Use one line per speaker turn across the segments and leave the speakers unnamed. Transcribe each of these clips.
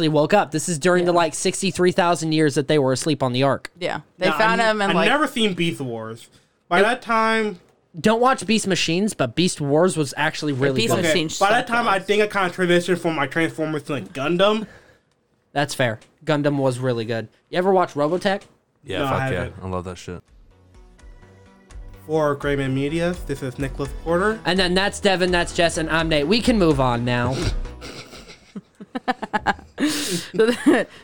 actually woke up. This is during the like 63,000 years that they were asleep on the ark.
Yeah, they
Now,
found
I,
him and
I
like
never seen Beast Wars. By that time,
Don't watch Beast Machines, but Beast Wars was actually really
Beast
good.
I've
okay,
seen
by that
stuff
time, I think I kind of transitioned from my Transformers to like Gundam.
That's fair. Gundam was really good. You ever watch Robotech?
Yeah,
No, I
fuck yeah.
haven't.
I love that shit.
For Grayman Media, this is Nicholas Porter.
And then that's Devin, that's Jess, and I'm Nate. We can move on now.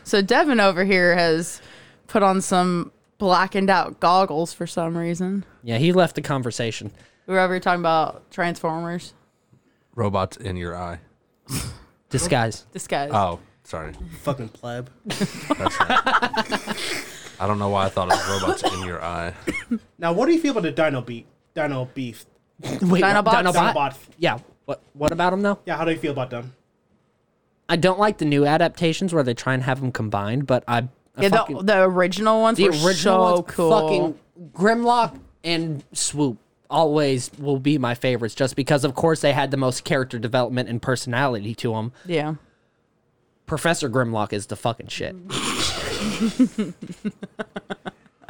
so Devin over here has put on some blackened out goggles for some reason.
yeah, he left the conversation.
We were over here talking about Transformers
Robots in your eye.
Disguise.
disguise.
Oh, sorry.
Fucking pleb.
That's right. I don't know why I thought it was robots in your eye.
Now, what do you feel about the Dino Beat? Dino Beast?
Wait,
Dinobots?
what? Dinobot?
Dinobots.
Yeah. What what about them though?
Yeah, how do you feel about them?
I don't like the new adaptations where they try and have them combined, but I, I
yeah,
fucking-
the, the original ones
the
were
original
so
ones,
cool.
fucking Grimlock and Swoop always will be my favorites just because of course they had the most character development and personality to them.
yeah.
Professor Grimlock is the fucking shit.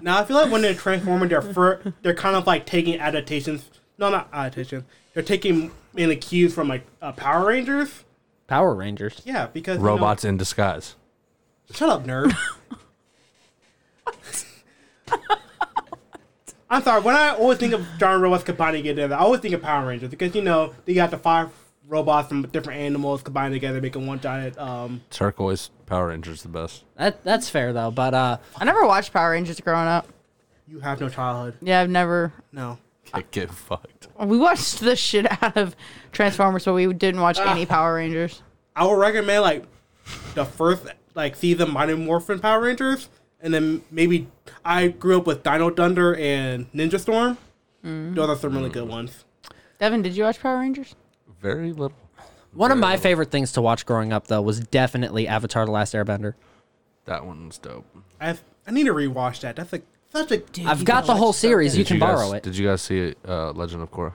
Now I feel like when they're transforming, they're fir- they're kind of like taking adaptations. No, not adaptations. They're taking mainly cues from like uh, Power Rangers.
Power Rangers.
Yeah, because you know-
Robots in disguise.
shut up, nerd. I'm sorry. When I always think of John robots combining together, I always think of Power Rangers because you know they got the five robots from different animals combined together, making one giant. Um,
Turquoise Power Rangers the best.
That that's fair though, but uh
I never watched Power Rangers growing up.
you have no childhood.
Yeah, I've never.
No.
Get, get fucked.
We watched the shit out of Transformers, but we didn't watch any Power Rangers.
I would recommend like the first like season Mighty Morphin Power Rangers, and then maybe I grew up with Dino Thunder and Ninja Storm. Those are some really good ones.
Devin, did you watch Power Rangers?
Very little.
one of
Very
my
little.
favorite things to watch growing up though was definitely Avatar the Last Airbender.
That one's dope.
I I need to rewatch that. That's like such a dude.
I've got the whole series, you
Did
can
guys-
borrow it.
Did you guys see uh, Legend of Korra?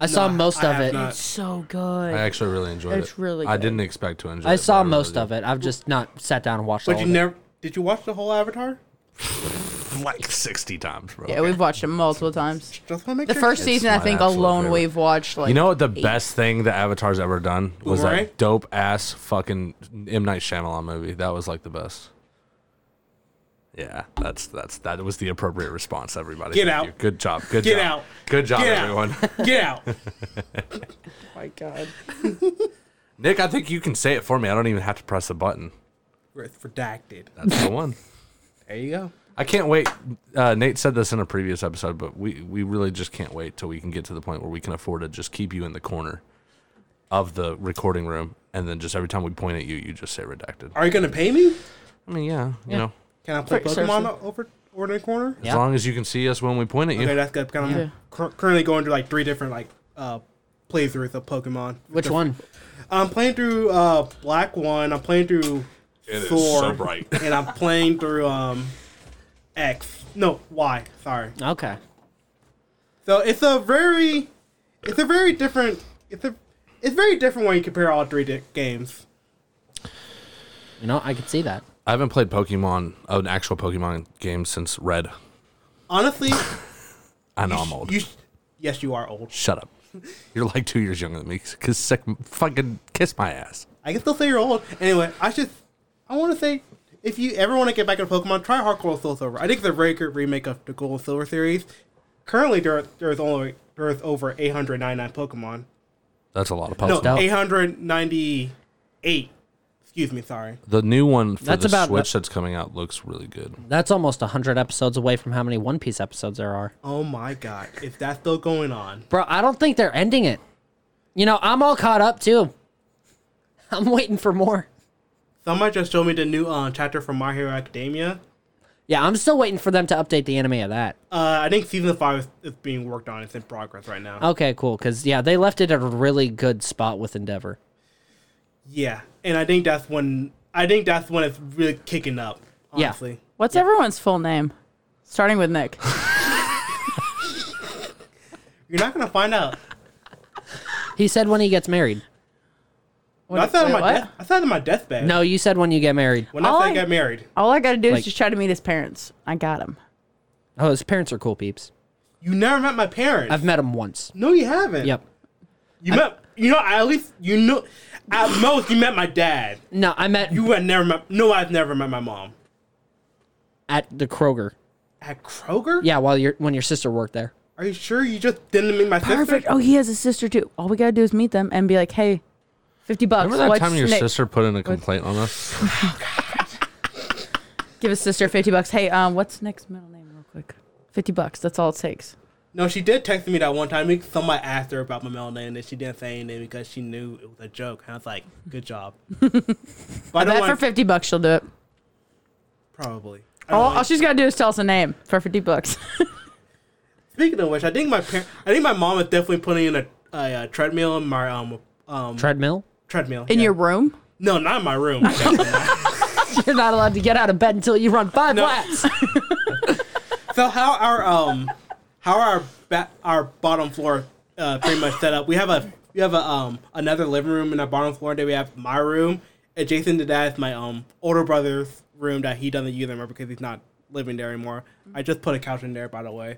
I saw
Nah,
most
I
of
have
it.
not.
So good.
I actually really enjoyed
It's
it.
really
I
good.
didn't expect to enjoy it.
I saw most of it. I've just not sat down and watched all
But you
of it.
never did you watch the whole Avatar?
Like 60 times, bro.
yeah, we've watched it multiple times.
Just want to make
The
sure.
first
It's
season, I
my
think
absolute
alone,
favorite.
we've watched like
You know what the
eight.
best thing that Avatar's ever done was
Boomerang?
that dope ass fucking M Night Shyamalan movie. That was like the best. Yeah, that's that's that was the appropriate response, everybody.
Get
Thank
out.
you. Good job. Good
Get
job.
out.
Good job,
Get out.
everyone.
Get out.
my god.
Nick, I think you can say it for me. I don't even have to press the button.
It's redacted.
That's the one.
There you go.
I can't wait. Uh, Nate said this in a previous episode, but we, we really just can't wait till we can get to the point where we can afford to just keep you in the corner of the recording room, and then just every time we point at you, you just say redacted.
Are you gonna pay me?
I mean, yeah, you know,
Can I play
Sorry,
Pokemon
sorry.
over over in the corner?
Yeah.
as long as you can see us when we point at you.
Okay, that's good. Because I'm
Yeah.
cur- currently going through like three different like uh playthroughs of Pokemon.
Which one?
I'm playing through uh Black One. I'm playing through
It is
Thor,
so bright.
and I'm playing through um X. No, Y. Sorry.
Okay.
So it's a very, it's a very different. It's a, it's very different when you compare all three di- games.
You know, I could see that.
I haven't played Pokemon, an actual Pokemon game since Red.
Honestly,
I know I'm old.
you. sh- Yes, you are old.
Shut up. You're like two years younger than me. Cause sick, fucking kiss my ass.
I can still say you're old. Anyway, I should. I want to say, if you ever want to get back into Pokemon, try Heart Gold and Soul Silver. I think it's a very good remake of the Gold and Silver series. Currently, there there's only there's over 899 Pokemon.
That's a lot of
No,
Pokemon.
dope.
898. Excuse me, sorry.
The new one for
That's
the
about-
Switch that's coming out looks really good.
That's almost 100 episodes away from how many One Piece episodes there are.
Oh my god, is that still going on?
Bro, I don't think they're ending it. You know, I'm all caught up too. I'm waiting for more.
Somebody just showed me the new uh, chapter from My Hero Academia.
Yeah, I'm still waiting for them to update the anime of that.
Uh, I think season five is, is being worked on. It's in progress right now.
Okay, cool. Because, yeah, they left it at a really good spot with Endeavor.
Yeah, and I think that's when I think that's when it's really kicking up.
Yeah.
Honestly,
What's everyone's full name? Starting with Nick.
you're not gonna find out.
He said when he gets married.
What-
I thought on
wait,
my
what?
death, I thouought on my deathbed.
No, you said when you get married.
When I, thought I
I-
got married,
All I got to do
Like-
is just try to meet his parents. I got him.
Oh, his parents are cool peeps.
you never met my parents.
I've met him once.
no, you haven't.
Yep.
You met. You know, I at least you know. At most, you met my dad.
No, I met
You had never met. No, I've never met my mom
at the Kroger.
at Kroger.
Yeah, while your when your sister worked there.
Are you sure you just didn't meet my
Perfect.
sister?
Oh, he has a sister too. All we got to do is meet them and be like, hey, 50 bucks.
Remember that
What's
time your
Nick-
sister put in a complaint on us?
Give his sister 50 bucks. Hey, um, what's Nick's middle name, real quick? 50 bucks. That's all it takes.
No, she did text me that one time. because Somebody asked her about my middle name, and she didn't say anything because she knew it was a joke. And I was like, "Good job." but I don't
That for
want,
50 bucks, she'll do it.
probably. I don't
All,
want-
all she's got to do is tell us a name for 50 bucks.
Speaking of which, I think my par- I think my mom is definitely putting in a, a, uh treadmill in my um um
Treadmill.
treadmill
In
yeah.
your room?
no, not in my room. Definitely not.
You're not allowed to get out of bed until you run five laps.
so how our um how our ba- our bottom floor uh pretty much set up. We have a we have a um another living room in our bottom floor. Then we have my room adjacent to that is my um older brother's room that he doesn't use anymore because he's not living there anymore. I just put a couch in there by the way.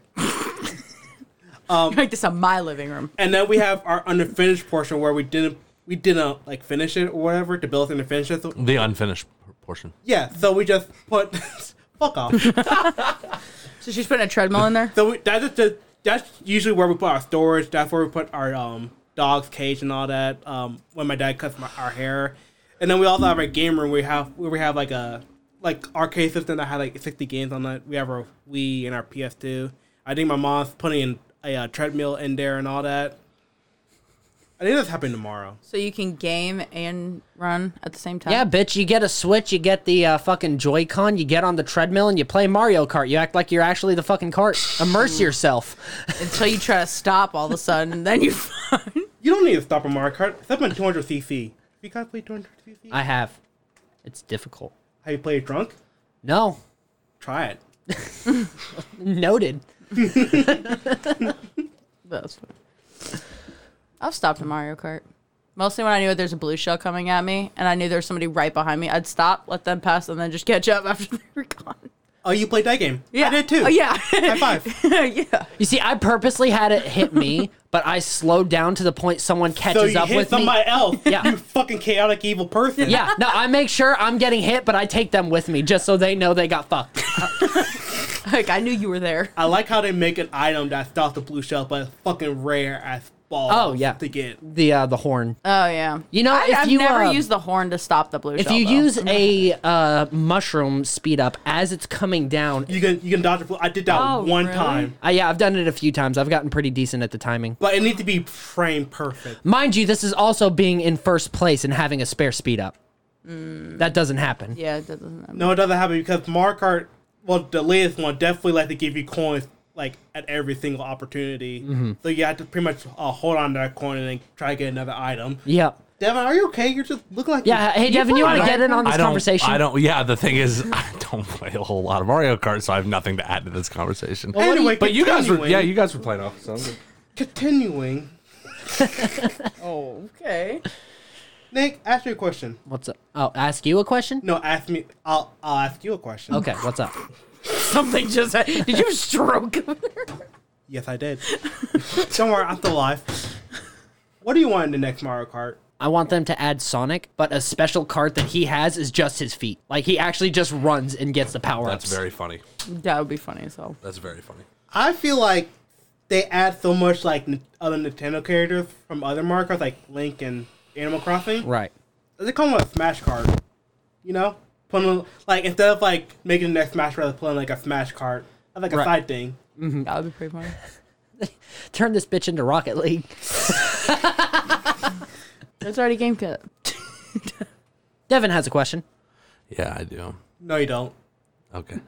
Um,
Make this a my living room.
And then we have our unfinished portion where we didn't we didn't like finish it or whatever to build and finish it. So
The unfinished p- portion.
Yeah, so we just put fuck off.
So she's putting a treadmill in there?
so we, that's just the, that's usually where we put our storage. That's where we put our um dog's cage and all that. Um, when my dad cuts my, our hair, and then we also have our game room. Where we have where we have like a like arcade system that had like sixty games on it. We have our Wii and our PS2. I think my mom's putting in a, uh treadmill in there and all that. I think that's happening tomorrow.
So you can game and run at the same time?
yeah, bitch. You get a Switch. You get the uh, fucking Joy-Con. You get on the treadmill and you play Mario Kart. You act like you're actually the fucking cart. Immerse yourself.
Until you try to stop all of a sudden, and then you.
You don't need to stop a Mario Kart. Stop on 200cc. You gotta play 200cc.
I have. It's difficult.
Have you played drunk?
No,
Try it.
noted.
That's fine. I've stopped in Mario Kart. Mostly when I knew there's a blue shell coming at me and I knew there was somebody right behind me, I'd stop, let them pass, and then just catch up after they were gone.
Oh, you played that game?
Yeah.
I did too.
Oh, yeah.
High five.
yeah.
You see, I purposely had it hit me, but I slowed down to the point someone
so
catches
you
up
hit
with
somebody
me.
else.
Yeah.
You fucking chaotic evil person.
Yeah, no, I make sure I'm getting hit, but I take them with me just so they know they got fucked.
Like, I knew you were there.
I like how they make an item that stops the blue shell, but it's fucking rare as balls.
Oh, yeah.
To get.
The uh, the horn.
Oh, yeah.
You know,
I,
if
I've
you,
never
um,
used the horn to stop the blue
If
shell.
you
though.
use a uh, mushroom speed up as it's coming down,
You can you can dodge a blue. I did that
Oh,
one
really?
time,
uh, yeah, I've done it a few times. I've gotten pretty decent at the timing.
but it needs to be frame perfect.
Mind you, this is also being in first place and having a spare speed up.
Mm.
That doesn't happen.
Yeah, it doesn't.
No, it doesn't happen because Mario Kart, well, the latest one definitely like to give you coins like at every single opportunity.
Mm-hmm.
So you have to pretty much uh, hold on to that coin and then try to get another item.
Yep.
Devin, are you okay? You're just looking like
Yeah. Hey, Devin, you
play
want to
Mario
get in
Kart?
on this
I don't,
conversation?
I don't. Yeah, the thing is, I don't play a whole lot of Mario Kart, so I have nothing to add to this conversation.
Well, anyway,
but you guys were,
continuing-
yeah, you guys were playing off. So I'm good.
continuing.
Oh, okay.
Nick, ask me a question.
What's up? Oh, ask you a question?
No, ask me. I'll I'll ask you a question.
Okay. What's up?
Something just. Did you have a stroke?
Yes, I did. Don't worry, I'm still alive. What do you want in the next Mario Kart?
I want them to add Sonic, but a special cart that he has is just his feet. Like he actually just runs and gets the power ups.
That's very funny.
that would be funny as hell.
That's very funny.
I feel like they add so much like n- other Nintendo characters from other Mario Kart, like Link and Animal Crossing.
right.
They come with a Smash Kart. You know, put on, like instead of like making the next Smash, rather putting like a Smash Kart, as, like a
Right.
side thing.
That would be pretty funny.
Turn this bitch into Rocket League.
It's already game cut.
Devin has a question.
Yeah, I do.
No, you don't.
Okay.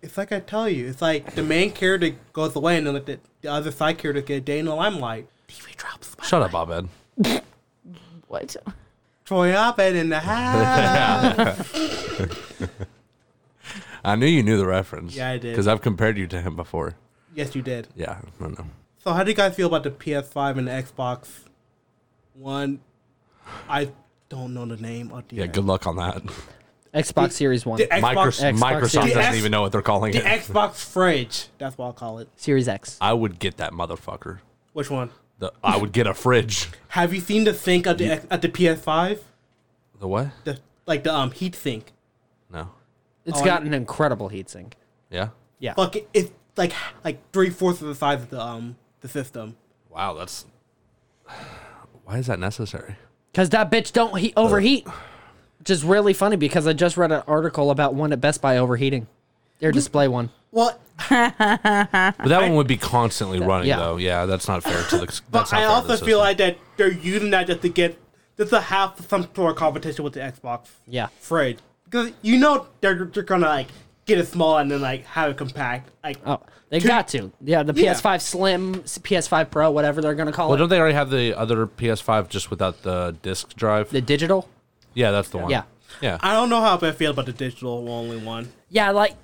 It's like I tell you, it's like the main character goes away and then like the, the other side character get a day in the limelight. TV drops.
Shut up, Abed.
What?
Troy Abed in the house.
I knew you knew the reference.
Yeah, I did.
Because I've compared you to him before.
yes, you did.
Yeah, I know.
So how do you guys feel about the PS5 and the Xbox One? I don't know the name of the
Yeah, good luck on that.
Xbox Series One,
the Xbox
Microsoft,
Xbox
Microsoft
Series.
doesn't
The
even know what they're calling
the
it. I
Xbox fridge. That's what I'll call it.
Series X.
would get that motherfucker.
Which one?
The, I would get a fridge.
Have you seen the sink at the X at the PS5?
The what?
The like the um heat sink.
No.
It's
Oh,
got an incredible heatsink.
Yeah.
Yeah,
Fuck it, it's like like three fourths of the size of the um the system.
Wow, that's. Why is that necessary?
because that bitch don't he-
Uh,
overheat. Which is really funny because I just read an article about one at Best Buy overheating. Their display one.
Well,
But that one would be constantly running,
yeah.
though. Yeah, that's not fair to the. That's not
but I
fair to the
also
system.
feel like that they're using that just to get just to have some sort of competition with the Xbox
Yeah.
fridge because you know they're they're gonna like get it small and then like have it compact. Like
Oh, they
Two-
got to. Yeah, the
Yeah.
PS5 Slim, s- PS5 Pro, whatever they're gonna call
Well,
it.
don't they already have the other PS5 just without the disc drive?
The digital.
yeah, that's the one.
Yeah.
Yeah.
I don't know how I feel about the digital only one.
Yeah, like.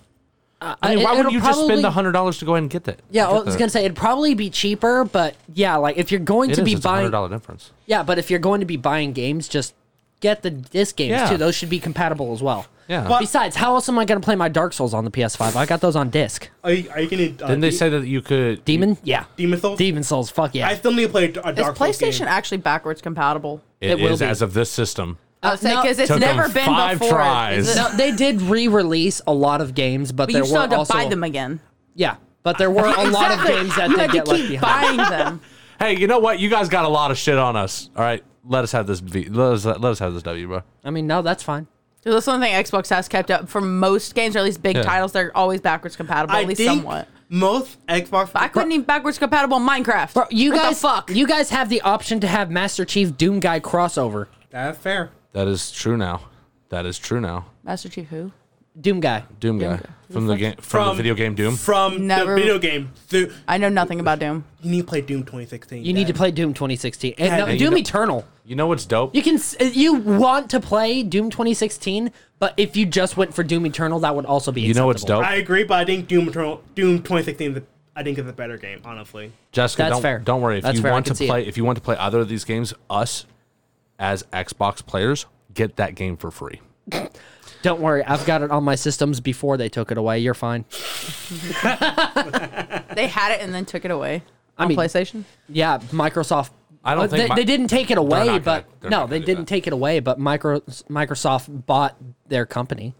Uh,
I mean,
it-
why would
it'll
you just spend
probably-
the hundred dollars to go ahead and get that?
Yeah,
Get
well, I was
the-
gonna say it'd probably be cheaper, but yeah, like if you're going
It
to
is,
be
it's a hundred
buying,
dollar difference.
yeah, but if you're going to be buying games, just get the disc games
Yeah.
too. Those should be compatible as well.
Yeah.
But-
Besides, how else am I gonna play my Dark Souls on the PS5? I got those on disc.
Are you, are you gonna? Uh,
Didn't they
De-
say that you could?
Demon, yeah,
Demon Souls?
Demon Souls, fuck yeah.
I still need to play a Dark
Is
Souls
PlayStation
game.
actually backwards compatible?
It
it
will
is
be.
as of this system.
I would say
no.
because it's
Took 'em
never been
five
before.
tries.
Is it-
No, they did re-release a lot of games, but,
but
there
you still
were
had to
also
buy them again.
yeah, but there were a lot of
Exactly.
games that
you
did
had
get
to
left
keep
behind.
buying them.
Hey, you know what? You guys got a lot of shit on us. All right, let us have this. V- let us let us have this W, bro.
I mean, no, that's fine.
So that's one thing Xbox has kept up for most games, or at least big
Yeah.
titles. They're always backwards compatible,
I
at least
think
somewhat.
most Xbox.
But I couldn't even backwards compatible in Minecraft.
Bro, you
What the
guys,
fuck.
you guys have the option to have Master Chief Doom Guy crossover.
That's fair.
That is true now. That is true now.
Master Chief who?
Doom Guy.
Doom, guy from the game from, the video game Doom.
From
Never-
the video game. Dude,
I know nothing about Doom.
you need to play Doom 2016.
You need to play Doom 2016. And,
Yeah,
no,
yeah, you
Doom
know-
Eternal.
you know what's dope?
You can s- eh, you want to play Doom 2016, but if you just went for Doom Eternal, that would also be.
You know what's
acceptable.
dope?
I agree, but I think Doom Eternal, Doom 2016 is a, I think is a better game, honestly.
Jessica,
That's
don't,
fair.
don't worry. If
That's
you
fair, I
want
can
to
see
play,
it.
if you want to play either of these games, us as Xbox players get that game for free.
Don't worry, I've got it on my systems before they took it away. You're fine.
They had it and then took it away
I
on
mean-
PlayStation.
Yeah, Microsoft.
I don't
uh,
think
they,
Mi-
they didn't take it away,
gonna-
but
they're
no,
not
they
gonna do
didn't
that.
take it away. But micro, Microsoft bought their company.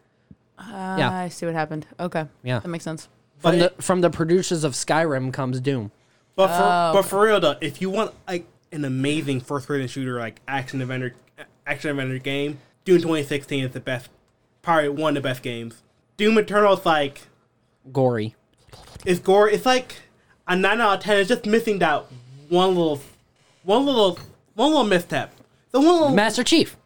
yeah,
Uh, I see what happened. Okay.
Yeah.
That makes sense.
But,
from
it-
the from the producers of Skyrim comes Doom.
but, for, but for real though, if you want like an amazing first person shooter, like action adventure, action adventure game, Doom 2016 is the best, probably one of the best games. Doom Eternal is like
Gory.
it's gore. It's like a nine out of ten. It's just missing that one little, one little, one little misstep. The one little
Master Chief.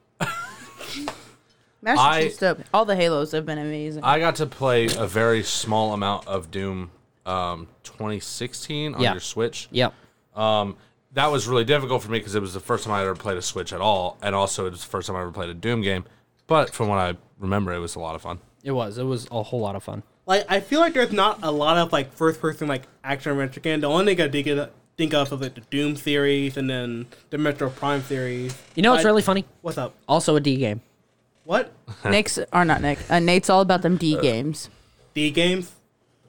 Master
I-
Chief's dope. All the Halos have been amazing.
I got to play a very small amount of Doom um, 2016 on
Yeah.
your Switch.
Yep.
That was really difficult for me because it was the first time I ever played a Switch at all, and also it was the first time I ever played a Doom game. But from what I remember, it was a lot of fun.
It was. It was a whole lot of fun.
like I feel like there's not a lot of like first person like action adventure game. The only thing I dig it, think of is like the Doom series and then the Metro Prime series.
You know what's
But-
really funny?
What's up?
Also a D game.
What
Nick's or not Nick. Uh, Nate's all about them D games.
D games?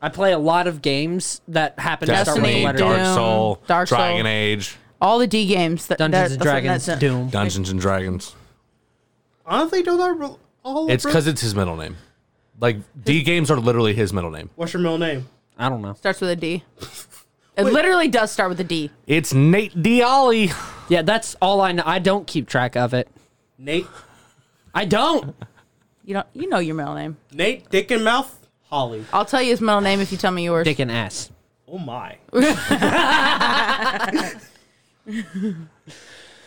I play a lot of games that happen to
Destiny,
start with the letter
Dark
D.
Doom,
Soul,
Dark Soul.
Dragon Age,
All the D games. That,
Dungeons and
that- that's-
Dragons,
that's it.
Doom.
Dungeons and Dragons.
Honestly, those are real- all.
It's
real-
because it's his middle name. Like D games are literally his middle name.
what's your middle name?
I don't know.
Starts with a D. It literally does start with a D.
It's Nate Diali.
Yeah, that's all I know. I don't keep track of it.
Nate,
I don't.
You don't. You know your middle name.
Nate, Dick and Mouth, Holly.
I'll tell you his middle name if you tell me yours.
Dick and ass.
Oh my!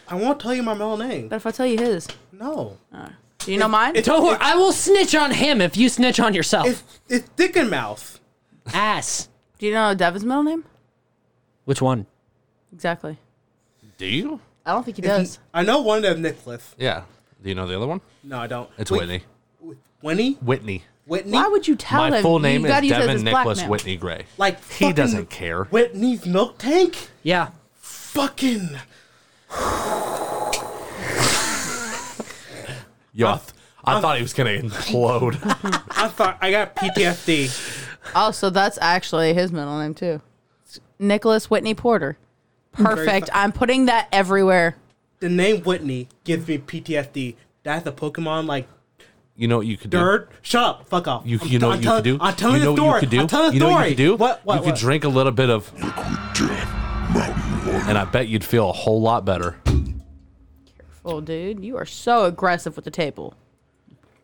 I won't tell you my middle name.
But if I tell you his,
No,
Oh. do you know mine?
it's-
Don't worry. I will snitch on him if you snitch on yourself.
it's it's Dick and Mouth.
Ass.
Do you know Devin's middle name?
Which one?
Exactly.
Do you?
I don't think he does.
I know one of them Nicholas.
Yeah. Do you know the other one?
No, I don't.
It's
Wait,
Whitney.
Winnie.
Whitney.
Whitney.
Why would you tell
My
him?
full name
you
is
gotta use that
Devin
as blackmail?
Nicholas Whitney Gray.
like
he
fucking
doesn't care.
Whitney's milk tank.
Yeah.
Fucking
Yo, I, th- I thought he was gonna implode.
I thought I got PTSD.
Oh, so that's actually his middle name too. Nicholas Whitney Porter. Perfect. I'm putting that everywhere.
The name Whitney gives me PTSD. That's a Pokemon like
you know what you could do?
dirt. Shut up. Fuck off.
You,
I'm-
you know
I'm
what you
telling-
could do?
I'm telling
you know
the story.
What you could do?
I'm telling the
you know
story.
what you could do?
What? What?
you could
what?
drink a little bit of and I bet you'd feel a whole lot better.
Oh, dude, you are so aggressive with the table.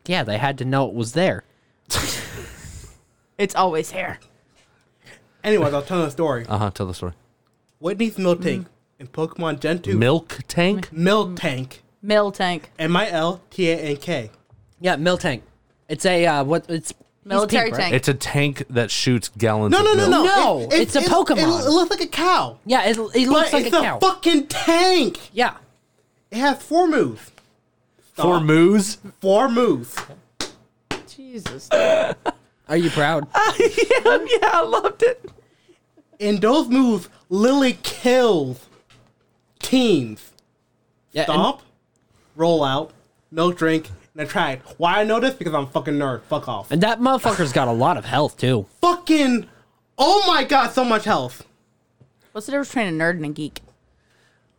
Yeah, they had to know it was there.
It's always here.
Anyways, I'll tell the story.
Uh huh. Tell the story.
Whitney's milk tank in Pokemon Gen 2.
Milk tank.
milk tank.
Mill tank.
M I L T A N K.
Yeah, mill tank. It's a uh, what? It's he's
Military
pink, right?
tank.
It's a tank that shoots gallons.
No,
of
no, no,
milk.
no.
No, it's a
it-
Pokemon.
It, it looks like a cow.
Yeah, it, it
But
looks like a
it's a,
cow.
fucking tank.
yeah,
It has four moves.
Four moos.
Four moves.
Jesus.
are you proud?
yeah, I loved it.
In those moves, Lily kills teams.
Yeah, and-
Stomp, roll out, milk drink, and attract. Why I know this? Because I'm a fucking nerd. Fuck off.
and that motherfucker's got a lot of health too.
fucking, oh my god, so much health.
What's the difference between a nerd and a geek?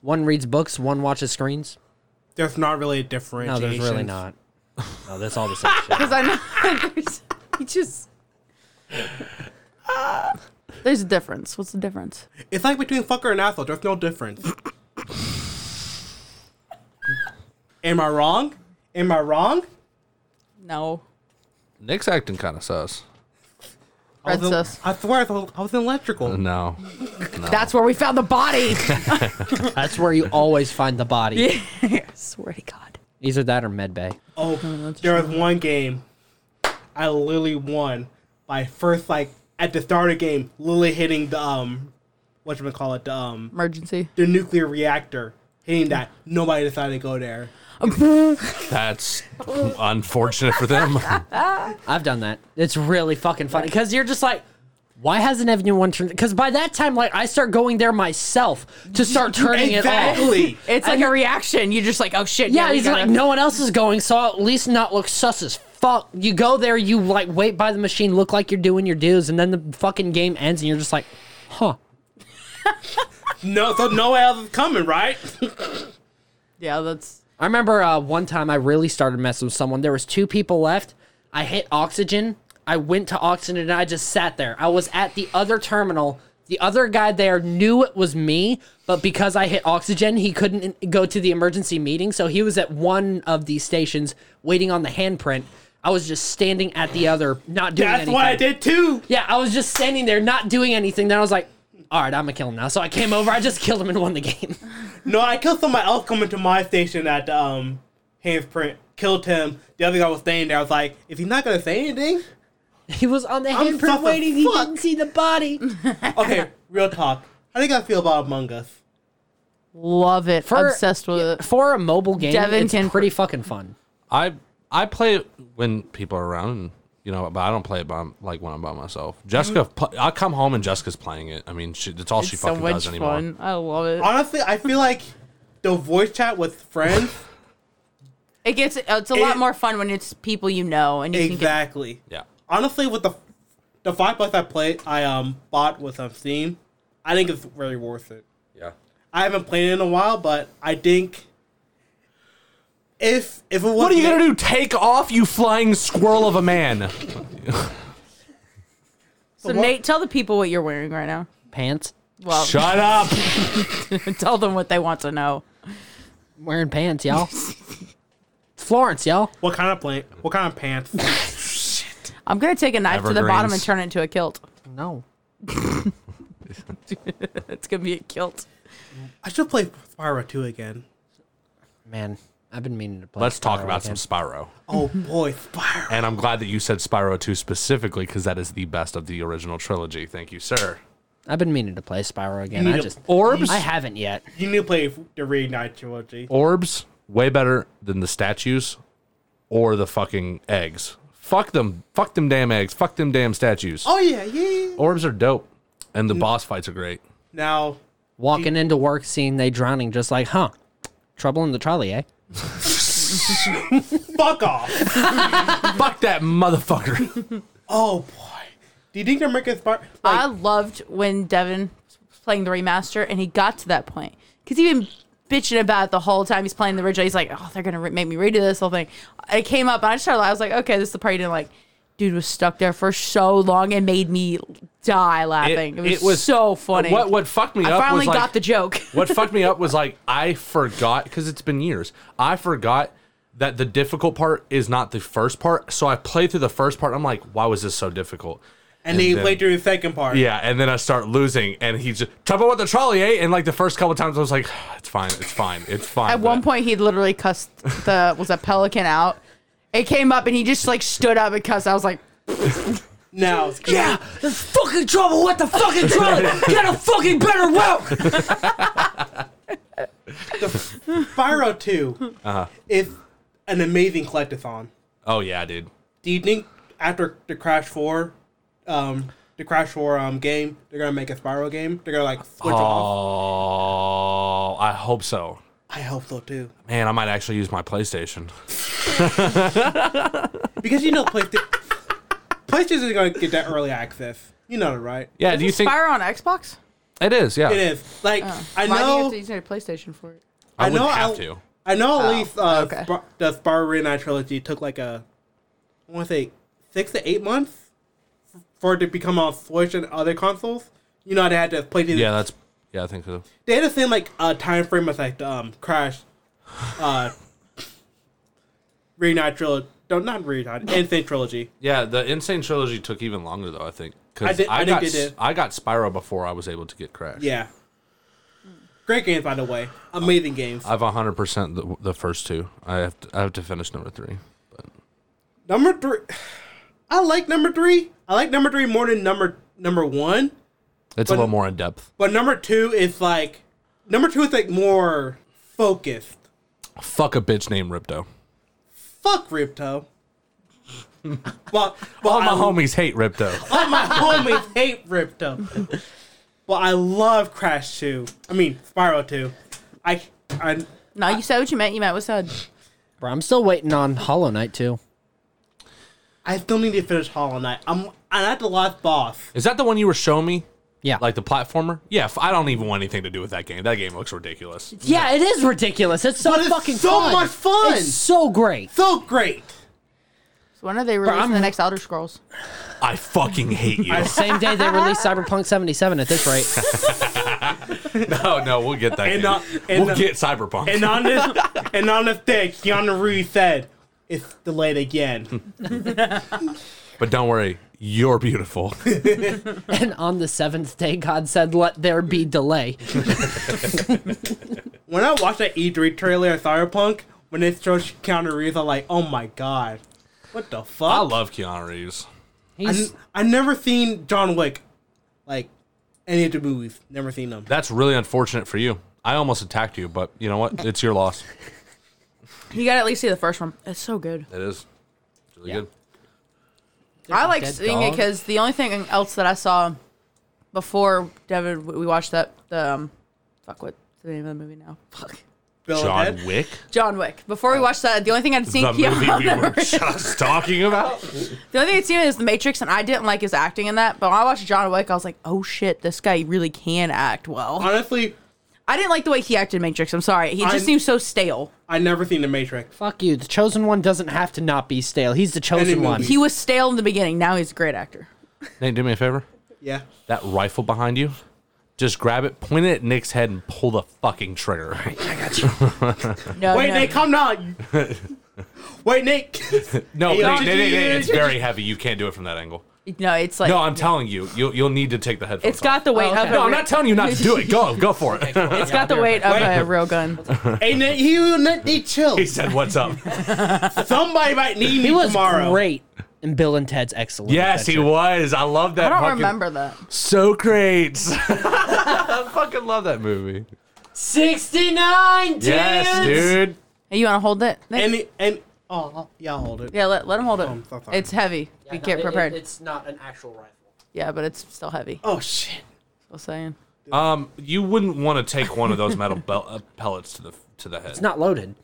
One reads books, one watches screens.
There's not really a differentiation.
No, there's really not. No, that's all the same shit.
Because I know there's, he just. there's a difference. What's the difference?
It's like between fucker and asshole. There's no difference. Am I wrong? Am I wrong?
No.
Nick's acting kind of sus.
I,
Red
was
sus.
I swear I was, I was in
Mm.
electrical.
No.
That's where we found the body.
That's where you always find the body.
I swear to God.
Either that or medbay.
Oh, there was one game I literally won by first like at the start of the game, Lily hitting the um, what you call it, the um,
Emergency.
the nuclear reactor, hitting that. Nobody decided to go there.
That's unfortunate for them.
I've done that. It's really fucking funny because you're just like, why hasn't everyone turned? Because by that time, like, I start going there myself to start turning it off.
Exactly.
It's like a reaction. You're just like, oh shit.
Yeah,
we
he's
gotta-
like, no one else is going, so I'll at least not look sus as fuck. You go there, you like wait by the machine, look like you're doing your dues, and then the fucking game ends, and you're just like, huh.
no, so no one else is coming, right?
Yeah, that's.
I remember uh, one time I really started messing with someone. There was two people left. I hit oxygen. I went to oxygen and I just sat there. I was at the other terminal. The other guy there knew it was me, but because I hit oxygen, he couldn't go to the emergency meeting. So he was at one of these stations waiting on the handprint. I was just standing at the other, not doing
That's
anything.
what I did too.
Yeah, I was just standing there, not doing anything. Then I was like, all right, I'm going to kill him now. So I came over, I just killed him and won the game.
No, I killed someone else coming to my station at um handprint. Killed him. The other guy was staying there. I was like, if he's not gonna say anything,
He was on the
I'm
handprint
such a
waiting. He
fuck.
didn't see the body.
okay. Real talk. How do you guys feel about Among Us?
Love it.
For-
Obsessed with it.
for a mobile game,
Devin
it's
can-
pretty fucking fun.
I I play it when people are around, and you know, but I don't play it by like when I'm by myself. Jessica, pl- I come home and Jessica's playing it. I mean, she, that's all she
It's so
fucking
much
does anymore.
fun. I love it.
Honestly, I feel like the voice chat with friends.
It gets it's a lot
It-
more fun when it's people you know and you can
exactly.
Yeah,
Honestly, with the the five bucks I played, I um bought with um Steam. I think it's very worth it.
yeah.
I haven't played it in a while, but I think if if it was
What are you gonna do? Take off, you flying squirrel of a man!
get. So Nate, tell the people what you're wearing right now.
Pants.
Well,
Shut up!
tell them what they want to know.
I'm wearing pants, y'all. Florence, y'all.
What kind of plant? What kind of pants?
I'm gonna take a knife to the bottom
Evergreens.
and turn it into a kilt.
No.
It's gonna be a kilt.
I should play Spyro 2 again.
Man, I've been meaning to play.
Let's talk
Spyro
about some
again.
Spyro.
Oh boy, Spyro.
And I'm glad that you said Spyro 2 specifically because that is the best of the original trilogy. Thank you, sir.
I've been meaning to play Spyro again.
need
I
to-
just
Orbs?
I haven't yet.
You need to play the Reignite trilogy.
Orbs, way better than the statues or the fucking eggs. Fuck them. Fuck them damn eggs. Fuck them damn statues.
Oh yeah, yeah. yeah.
Orbs are dope, and
Mm.
the boss fights are great.
Now,
Walking into work, seeing they drowning, just like, huh? Trouble in the trolley, eh?
fuck off.
Fuck that motherfucker.
oh boy, do you think they're making spark? Like,
I loved when Devin was playing the remaster and he got to that point because he'd been bitching about it the whole time he's playing the original. He's like, "Oh, they're gonna re- make me redo this whole thing." It came up and I just started. I was like, "Okay, this is the part." And like, dude was stuck there for so long and made me die laughing. It, was, so funny.
What what fucked me
I
up
finally
was like,
got the joke.
what fucked me up was like I forgot because it's been years. I forgot that the difficult part is not the first part. So I played through the first part. I'm like, why was this so difficult?
and they
then-
played through the second part.
Yeah, and then I start losing, and he's just trouble with the trolley, eh? And like the first couple times, I was like, it's fine, it's fine, it's fine.
At
But
one point, he literally cussed the was a pelican out. It came up and he just like stood up and cussed. I was like, "Ah,
Now,
Yeah, there's fucking trouble with the fucking trolley. Get a fucking better route.
Spyro 2 is an amazing collectathon.
oh yeah, dude.
Do you think after the Crash 4, um, the Crash 4 um, game, they're gonna make a Spyro game? They're gonna like switch off?
Oh, I hope so.
I hope so too.
Man, I might actually use my PlayStation.
Because you know, PlayStation, PlayStation is gonna get that early access. You know it, right?
Yeah, do you think
Spyro on Xbox?
it is? Yeah,
It is. Like, I
Uh, Why
know.
do you need a PlayStation for it?
I, would
know
have
I,
to.
I know at
Oh,
least uh,
okay.
Spar- the Spyro Reignited trilogy took like a, I want to say six to eight months for it to become on Switch and other consoles. You know, they had to play these.
Yeah, that's yeah, I think so.
they had the same like uh, time frame as like the um, Crash, uh, Reignited trilogy. No, not Reignited, Insane trilogy.
Yeah, the Insane Trilogy took even longer though. I think because
I
I,
did- I think
got
it did.
s- I got Spyro before I was able to get Crash.
Yeah, great games by the way. Amazing games.
I've hundred percent the, the first two. I have to, I have to finish number three. But
Number three, I like number three. I like number three more than number number one.
it's a little more in depth.
But number two is like number two is like more focused.
Fuck a bitch named Ripto.
Fuck Ripto. well, well,
All my
I-
homies hate Ripto.
all my homies hate Ripto. Well, I love Crash Two. I mean Spiral Two. I I
No, you said what you meant. You meant what's said.
Bro, I'm still waiting on Hollow Knight too.
I still need to finish Hollow Knight. I'm I'm at the last boss.
Is that the one you were showing me?
Yeah,
Like the platformer? Yeah, f- I don't even want anything to do with that game. That game looks ridiculous.
yeah, it is ridiculous. It's so
But it's
fucking
so
fun.
much fun.
It's so great.
So great.
So when are they releasing
I'm-
the next Elder Scrolls?
I fucking hate you.
Same day they released Cyberpunk 77. At this rate,
no, no, we'll get that.
And,
game.
uh, and,
we'll
uh,
get Cyberpunk.
And on this and on this day, Keanu Reeves said, "It's delayed again."
but don't worry, you're beautiful.
and on the seventh day, God said, "Let there be delay."
when I watched that E3 trailer of Cyberpunk, when they showed Keanu Reeves, I'm like, oh my god, what the fuck?
I love Keanu Reeves.
He's
I never seen John Wick, like any of the movies. Never seen them.
That's really unfortunate for you. I almost attacked you, but you know what? It's your loss.
You gotta at least see the first one. It's so good.
It is. It's really good.
I like
dead
seeing it
dog.
because the only thing else that I saw before Devin, we watched that the um, fuck what's the name of the movie now? Fuck. Oh,
Bill and
John
Ted?
Wick,
John Wick. Before we watched that, the only thing I'd seen
the movie we
Keanu
were
Reeves-
just talking about.
The only thing I'd seen is The Matrix, and I didn't like his acting in that. But when I watched John Wick, I was like, "Oh shit, this guy really can act well."
Honestly,
I didn't like the way he acted in Matrix. I'm sorry, he
I'm-
just seems so stale.
I never seen The Matrix.
fuck you. The chosen one doesn't have to not be stale. He's the
Any
chosen
movie.
one.
He was stale in the beginning. Now he's a great actor.
Nate, do me a favor.
Yeah,
That rifle behind you, just grab it, point it at Nick's head, and pull the fucking trigger.
No,
wait,
no.
Nick, come down. wait, Nick.
No,
Don't
Nate, Nate, Nate,
do
Nate, it's
it.
very heavy. You can't do it from that angle.
no, it's like
No, I'm telling you, you'll you'll need to take the headphones.
it's got the weight
okay.
of.
Off.
a
No, I'm
re-
not telling you not to do it. Go, go for it.
It's got the weight of
Wait.
a real gun.
hey, Nick, he will not need chill.
he said, "What's up?"
Somebody might need me
He was
tomorrow.
great in Bill and Ted's Excellent.
yes, he
Adventure.
was. I love that.
I don't
fucking-
remember that.
Socrates. I fucking love that movie.
69
Yes, dude.
Hey, you want to hold it? Nick?
And and Oh, yeah, I'll hold it.
Yeah, let, let him hold it.
Um, so sorry.
it's heavy.
Yeah,
Be
no, it-
get
it-
prepared.
it's not an actual rifle.
yeah, but it's still heavy.
Oh shit.
Still saying.
Um, you wouldn't want to take one of those metal bel- uh, pellets to the to the head.
It's not loaded.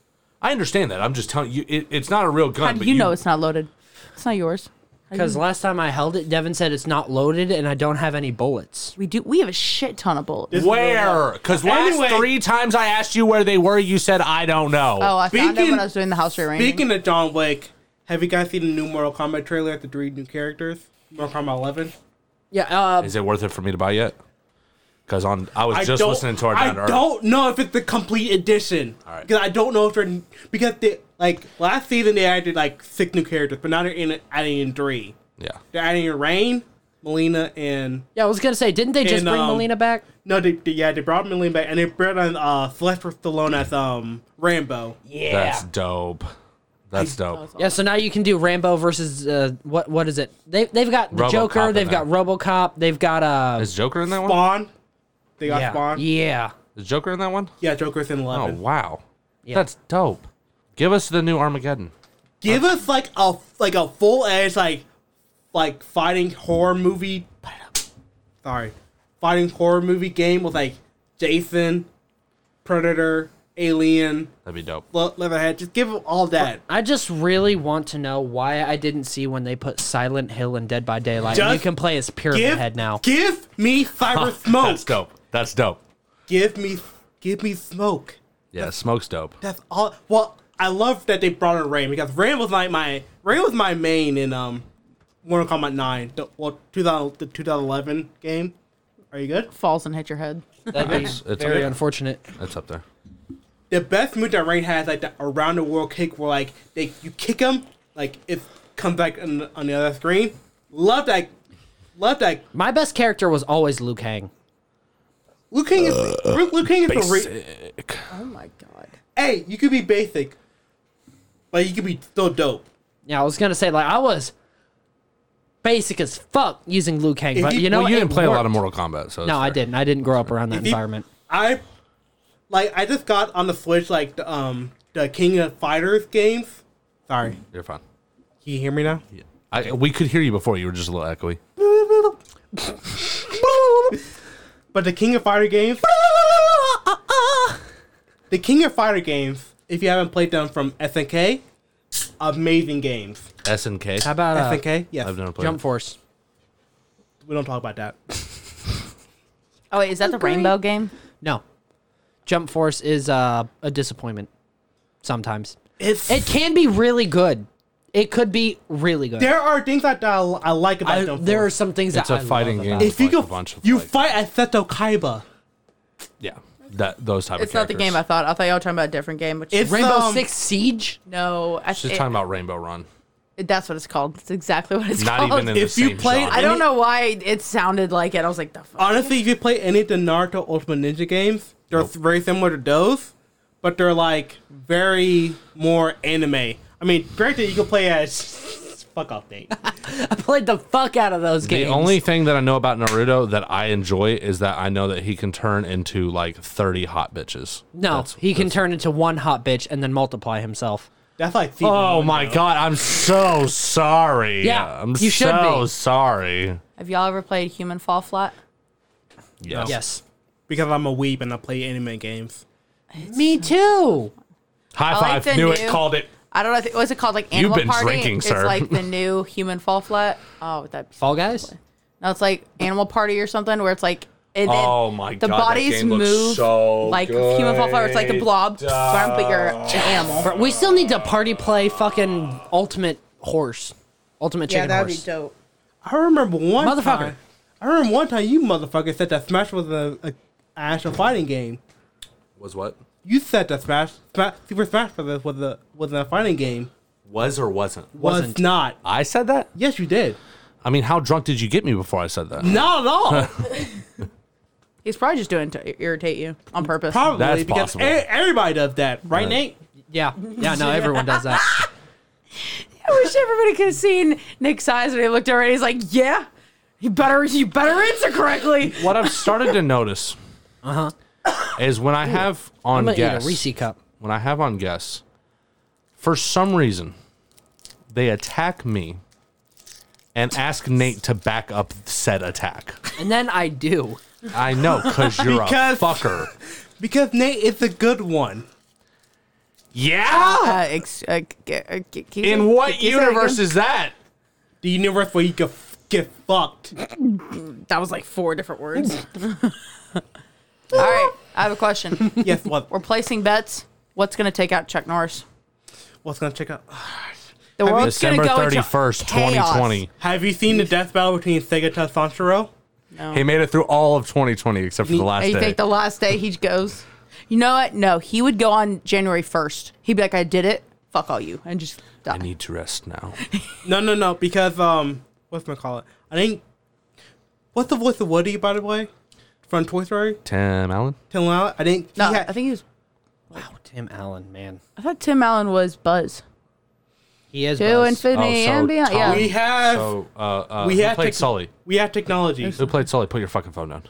I understand that. I'm just telling you, it, it's not a real gun.
How do
but
you, know it's not loaded? It's not yours. How do you-
Because last time I held it, Devin said it's not loaded and I don't have any bullets.
we do. We have a shit ton of bullets.
Where? Because last
Anyway.
three times I asked you where they were, you said I don't know.
Oh, I found out
Speaking-
when I was doing the house rearranging.
Speaking of John Wick, have you guys seen the new Mortal Kombat trailer with the three new characters? Mortal Kombat 11.
Yeah, uh,
Is it worth it for me to buy yet? Because on I was
I
just
don't-
listening to our
I
down to Earth.
don't know if it's the complete edition.
Alright.
Because I don't know if they're because they like last season they added like six new characters, but now they're in adding in three.
Yeah.
They're adding in Rain, Melina, and
yeah, I was gonna say, didn't they just
And,
bring
um,
Melina back?
no, they, they- yeah they brought Melina back and they brought on uh, Sylvester Stallone as um Rambo.
Yeah.
That's dope. That's dope.
yeah, so now you can do Rambo versus uh, what? What is it? They they've got the
RoboCop
Joker,
in
they've got RoboCop, they've got uh,
Is Joker in that one?
Spawn. They got
yeah,
Spawn. Yeah.
yeah.
Is Joker in that one?
Joker's in
Oh
eleven.
wow.
Yeah.
That's dope. Give us the new Armageddon.
Give us like a like a full edge like like fighting horror movie. Sorry, fighting horror movie game with like Jason, Predator, Alien,
That'd be dope.
Le- Leatherhead. Just give 'em all that.
I just really want to know why I didn't see when they put Silent Hill and Dead by Daylight. and
Just
you can play as Pyramid
Give
Head now.
Give me cyber
That's
smoke.
dope. That's dope.
Give me give me smoke.
Yeah, smoke's dope.
That's all. Well, I love that they brought in Rain because Rain was like my Rain was my main in um Mortal Kombat Nine. The, well, 2000, the 2011 game. Are you good?
falls and hit your head.
That'd be
It's- it's
very
okay.
unfortunate.
That's up there.
the best move that Rain has, like the around the world kick, where like they you kick him, like it comes back on, on the other screen. Love that, love that.
My best character was always Luke Hang.
Luke King is Luke Luke King is the re-
Sick.
Oh my god.
hey. You could be basic, but you could be still dope.
Yeah, I was gonna say like I was basic as fuck using Liu Kang, but
you-
you know
well, you
it
didn't play a lot of
worked.
Mortal Kombat, so it's
No, I
fair.
didn't. I didn't grow up around that
you-
environment.
I like I just got on the Switch like the, um the King of Fighters games. Sorry,
You're fine.
can you hear me now?
Yeah. I, we could hear you before. You were just a little echoey.
But the King of Fighter games, the King of Fighter games. If you haven't played them from SNK, amazing games.
S and K.
How about uh,
SNK? Yes.
I've never played.
Jump
it.
Force?
We don't talk about that.
Oh wait, is that the rainbow game?
No, Jump Force is uh, a disappointment. Sometimes
It's
it can be really good. It could be really good.
there are things that I, I like about
I-
Jump
there are
Force.
some things
It's
that
a
I love
fighting
about
game.
it.
If you
like
go,
a bunch of,
you
like-
fight at Seto Kaiba.
Yeah. That those type
It's
of.
not the game I
characters.
thought. I thought y'all were talking about a different game. Which
It's
Rainbow
um,
Six Siege.
no, I,
She's
it-
talking about Rainbow Run.
it- that's what it's called. It's exactly what it's
Not
called.
even in the
If you
same
played-
genre.
I don't
Any-
know why it sounded like it. I was like, the fuck.
Honestly, if you play any of the Naruto Ultimate Ninja games, they're very similar to those, but they're like very more anime. I mean, granted, you can play as fuck off, Nate.
I played the fuck out of those
The
games.
only thing that I know about Naruto that I enjoy is that I know that he can turn into like 30 hot bitches.
no,
That's-
he can
that's-
turn into one hot bitch and then multiply himself.
That's like season
Oh
one,
my
though.
god, I'm so sorry.
Yeah,
I'm
you should
so
be.
sorry.
Have y'all ever played Human Fall Flat?
Yes.
Yes,
Because I'm a weeb and I play anime games.
me too.
High
I like
five.
the
Knew it.
new-
Called it.
I don't know. I think- What's it called? Like Animal
been
Party.
drinking,
it's
sir.
like the new Human Fall Flat. Oh, would that be
Fall Guys.
No, it's like Animal Party or something where it's like. It, it-
Oh my
the
God, that
bodies
game looks
move
so
like Human Fall Flat. It's like the blob,
good.
but you're an animal.
Bro, we still need to party play fucking ultimate horse, ultimate chicken horse.
dope.
I remember one
Motherfucker.
time. I remember one time you motherfucker said that Smash was a, a actual fighting game.
Was what?
You said that Smash, Smash Super Smash Bros. was a was a fighting game.
Was or wasn't?
Wasn't.
Was not.
I said that?
Yes, you did.
I mean, how drunk did you get me before I said that?
Not at all.
He's probably just doing it to irritate you on purpose.
Probably
That's
because
possible.
e- everybody does that, right,
Right.
Nate?
Yeah, yeah, no, everyone does that.
I wish everybody could have seen Nick's eyes when he looked over. And he's like, "Yeah, you better, you better answer correctly."
what I've started to notice is when I have on
Uh-huh. I'm gonna eat a
guests,
Reese cup.
when I have on guests For some reason, they attack me and ask Nate to back up said attack.
And then I do.
I know, because you're
Because-
a fucker.
Because Nate is the good one.
Yeah?
Uh, ex- uh, g- uh, g- can you-
In what
can you say that
universe
again?
is that?
The universe where you get, get fucked.
That was like four different words. All right, I have a question.
yes, what?
We're placing bets. What's going to take out Chuck Norris?
What's gonna check out?
The
mean-
world's going to
December
go
31st,
into chaos.
2020.
Have you seen the death battle between Sega and Sanchiro?
He made it through all of 2020 except for the last
And Oh. you
day.
think the last day he goes? You know what? No, he would go on January first. He'd be like, "I did it. Fuck all you," and just die.
I need to rest now.
No, no, no. Because um, what's my call it? I think. What's the voice of Woody, by the way, from Toy Story?
Tim Allen?
Tim Allen. I think.
no,
he had-
I think he was.
Wow, Tim Allen, man.
I thought Tim Allen was Buzz
He is
to
Buzz.
infinity
Oh, so
and beyond. Yeah,
we have
So, uh, uh,
we
who
have
played
tech-
Sully?
we have technology.
Who played Sully? Put your fucking phone down.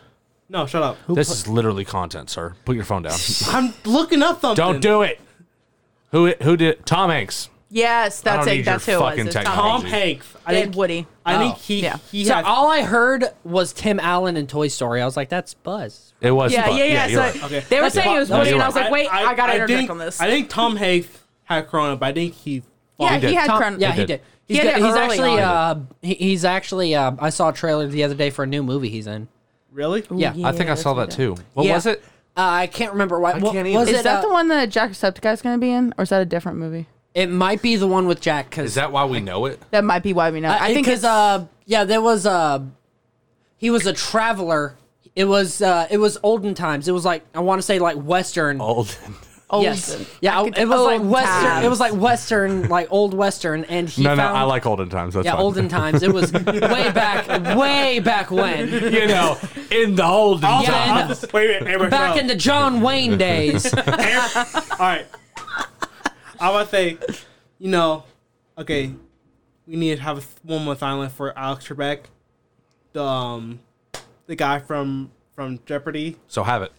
No, shut up.
This is literally content, sir. Put your phone down.
I'm looking up something.
Don't do it. Who who did Tom Hanks?
yes, that's
I don't
it.
need
That's who
your
it was.
fucking
It's Tom
technology.
Tom
Hanks.
Technology.
Hanks. I
And
think
Woody.
I think
Oh,
he
yeah.
he
So
had
all I heard was Tim Allen in Toy Story. I was like, that's Buzz.
It was
Yeah,
Buzz.
yeah, yeah.
you're
so
right.
Okay.
they were
That's
saying
fine.
it was
No,
Woody,
you're
and I was
right.
like, "Wait, I, got to interject
think-
on this."
I think Tom Hanks had Corona, but I think he.
yeah,
did.
he had
Tom-
Crohn.
yeah,
He
he
did.
did. He's,
He had
got-
it
he's
early
actually,
on.
uh, he- he's actually. Uh, I saw a trailer the other day for a new movie he's in.
Really?
Yeah,
I think I saw that too. What
Yeah.
was it?
Uh, I can't remember what. what-
can't either.
Was
Is
it,
that
uh,
the one that Jacksepticeye's going to be in, or is that a different movie?
It might be the one with Jack. Cause
Is that why we know it?
That might be why we know. I, think
because
it's
uh, yeah, there was uh, he was a traveler. It was uh, it was olden times. It was like I want to say like Western.
Olden.
old.
uh, Yes. Yeah,
Like
it was like
old
Western.
times.
It was like Western, like old Western, and he
No, no,
found
I like olden times. That's
yeah,
fine.
olden times. It was way back, way back when,
you know, in the olden
Yeah.
times.
I know.
Wait, wait, wait, wait,
back
no.
in the John Wayne days.
All right. I would say, you know, okay, we need to have a- one more silence for Alex Trebek, the um, the guy from from Jeopardy.
So have it.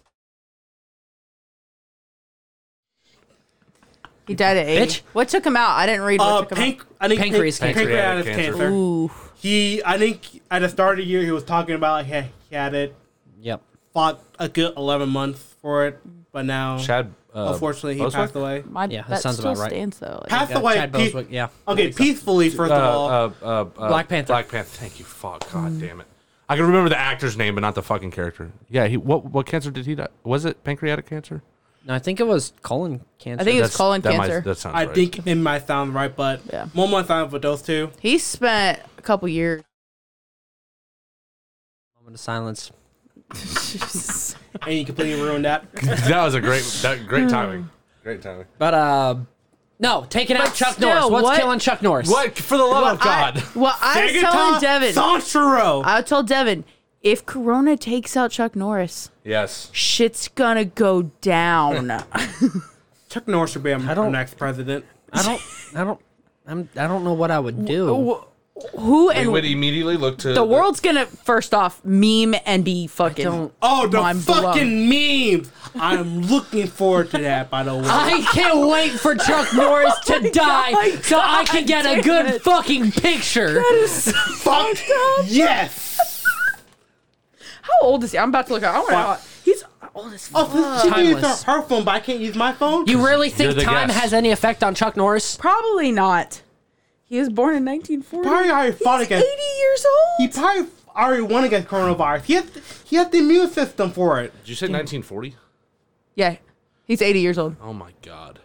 He died at
Bitch.
eight. What took him out? I didn't read what
Uh,
took him
panc- I think pan-
Pancreas cancer.
pancreatic
Pancreatic
cancer.
cancer.
out. Ooh.
He, I think, at the start of the year, he was talking about he, he had it,
yep.
fought a good eleven months for it, but now,
Chad. Uh,
unfortunately, he
Boswick?
passed away.
My
Yeah, that
bet
sounds
still
about right.
stands though. Like,
Passed away.
Chad
pe-
Boswick, yeah.
Okay, peacefully. First
Uh,
of all,
uh, uh, uh,
Black Panther.
Black Panther. Thank you. Fuck. God damn it. I can remember the actor's name, but not the fucking character. Yeah. He. What? What cancer did he die? Was it pancreatic cancer?
No, I think it was colon cancer.
I think it was colon
that might-
cancer.
that sounds
I
right.
think it might sound right, but
Yeah.
one more time for those two.
he spent a couple years.
moment of silence.
and you completely ruined that.
that was a great. That great timing. Great timing.
But uh, no, taking out Chuck
still,
Norris. What's
what-
killing Chuck Norris?
What? For the love of Oh, God.
I, well, I was telling Devin.
Sanchiro.
I told Devin if Corona takes out Chuck Norris,
yes.
shit's gonna go down.
Chuck Norris should be our,
don't-
our next president.
I don't. I don't. I'm. I don't know what I would do.
Wh- Who
We
and
would immediately look to
the world's gonna first off meme and be fucking.
don't-
Oh, the
mind blown.
fucking memes! I'm looking forward to that. By the way,
I can't wait for Chuck Norris
Oh
to die so I can get a good fucking picture.
fuck yes.
How old is he? I'm about to look up. I want
Fuck.
to. Uh, He's old as fuck.
Oh, she can
Timeless.
use her, her phone, but I can't use my phone.
You really think
the
time
guest.
has any effect on Chuck Norris?
Probably not. He was born in 1940.
Probably already fought
He's
against-
80 years old.
he probably already won against coronavirus. He has he has the immune system for it.
Did you say 1940?
yeah, he's 80 years old.
Oh my God.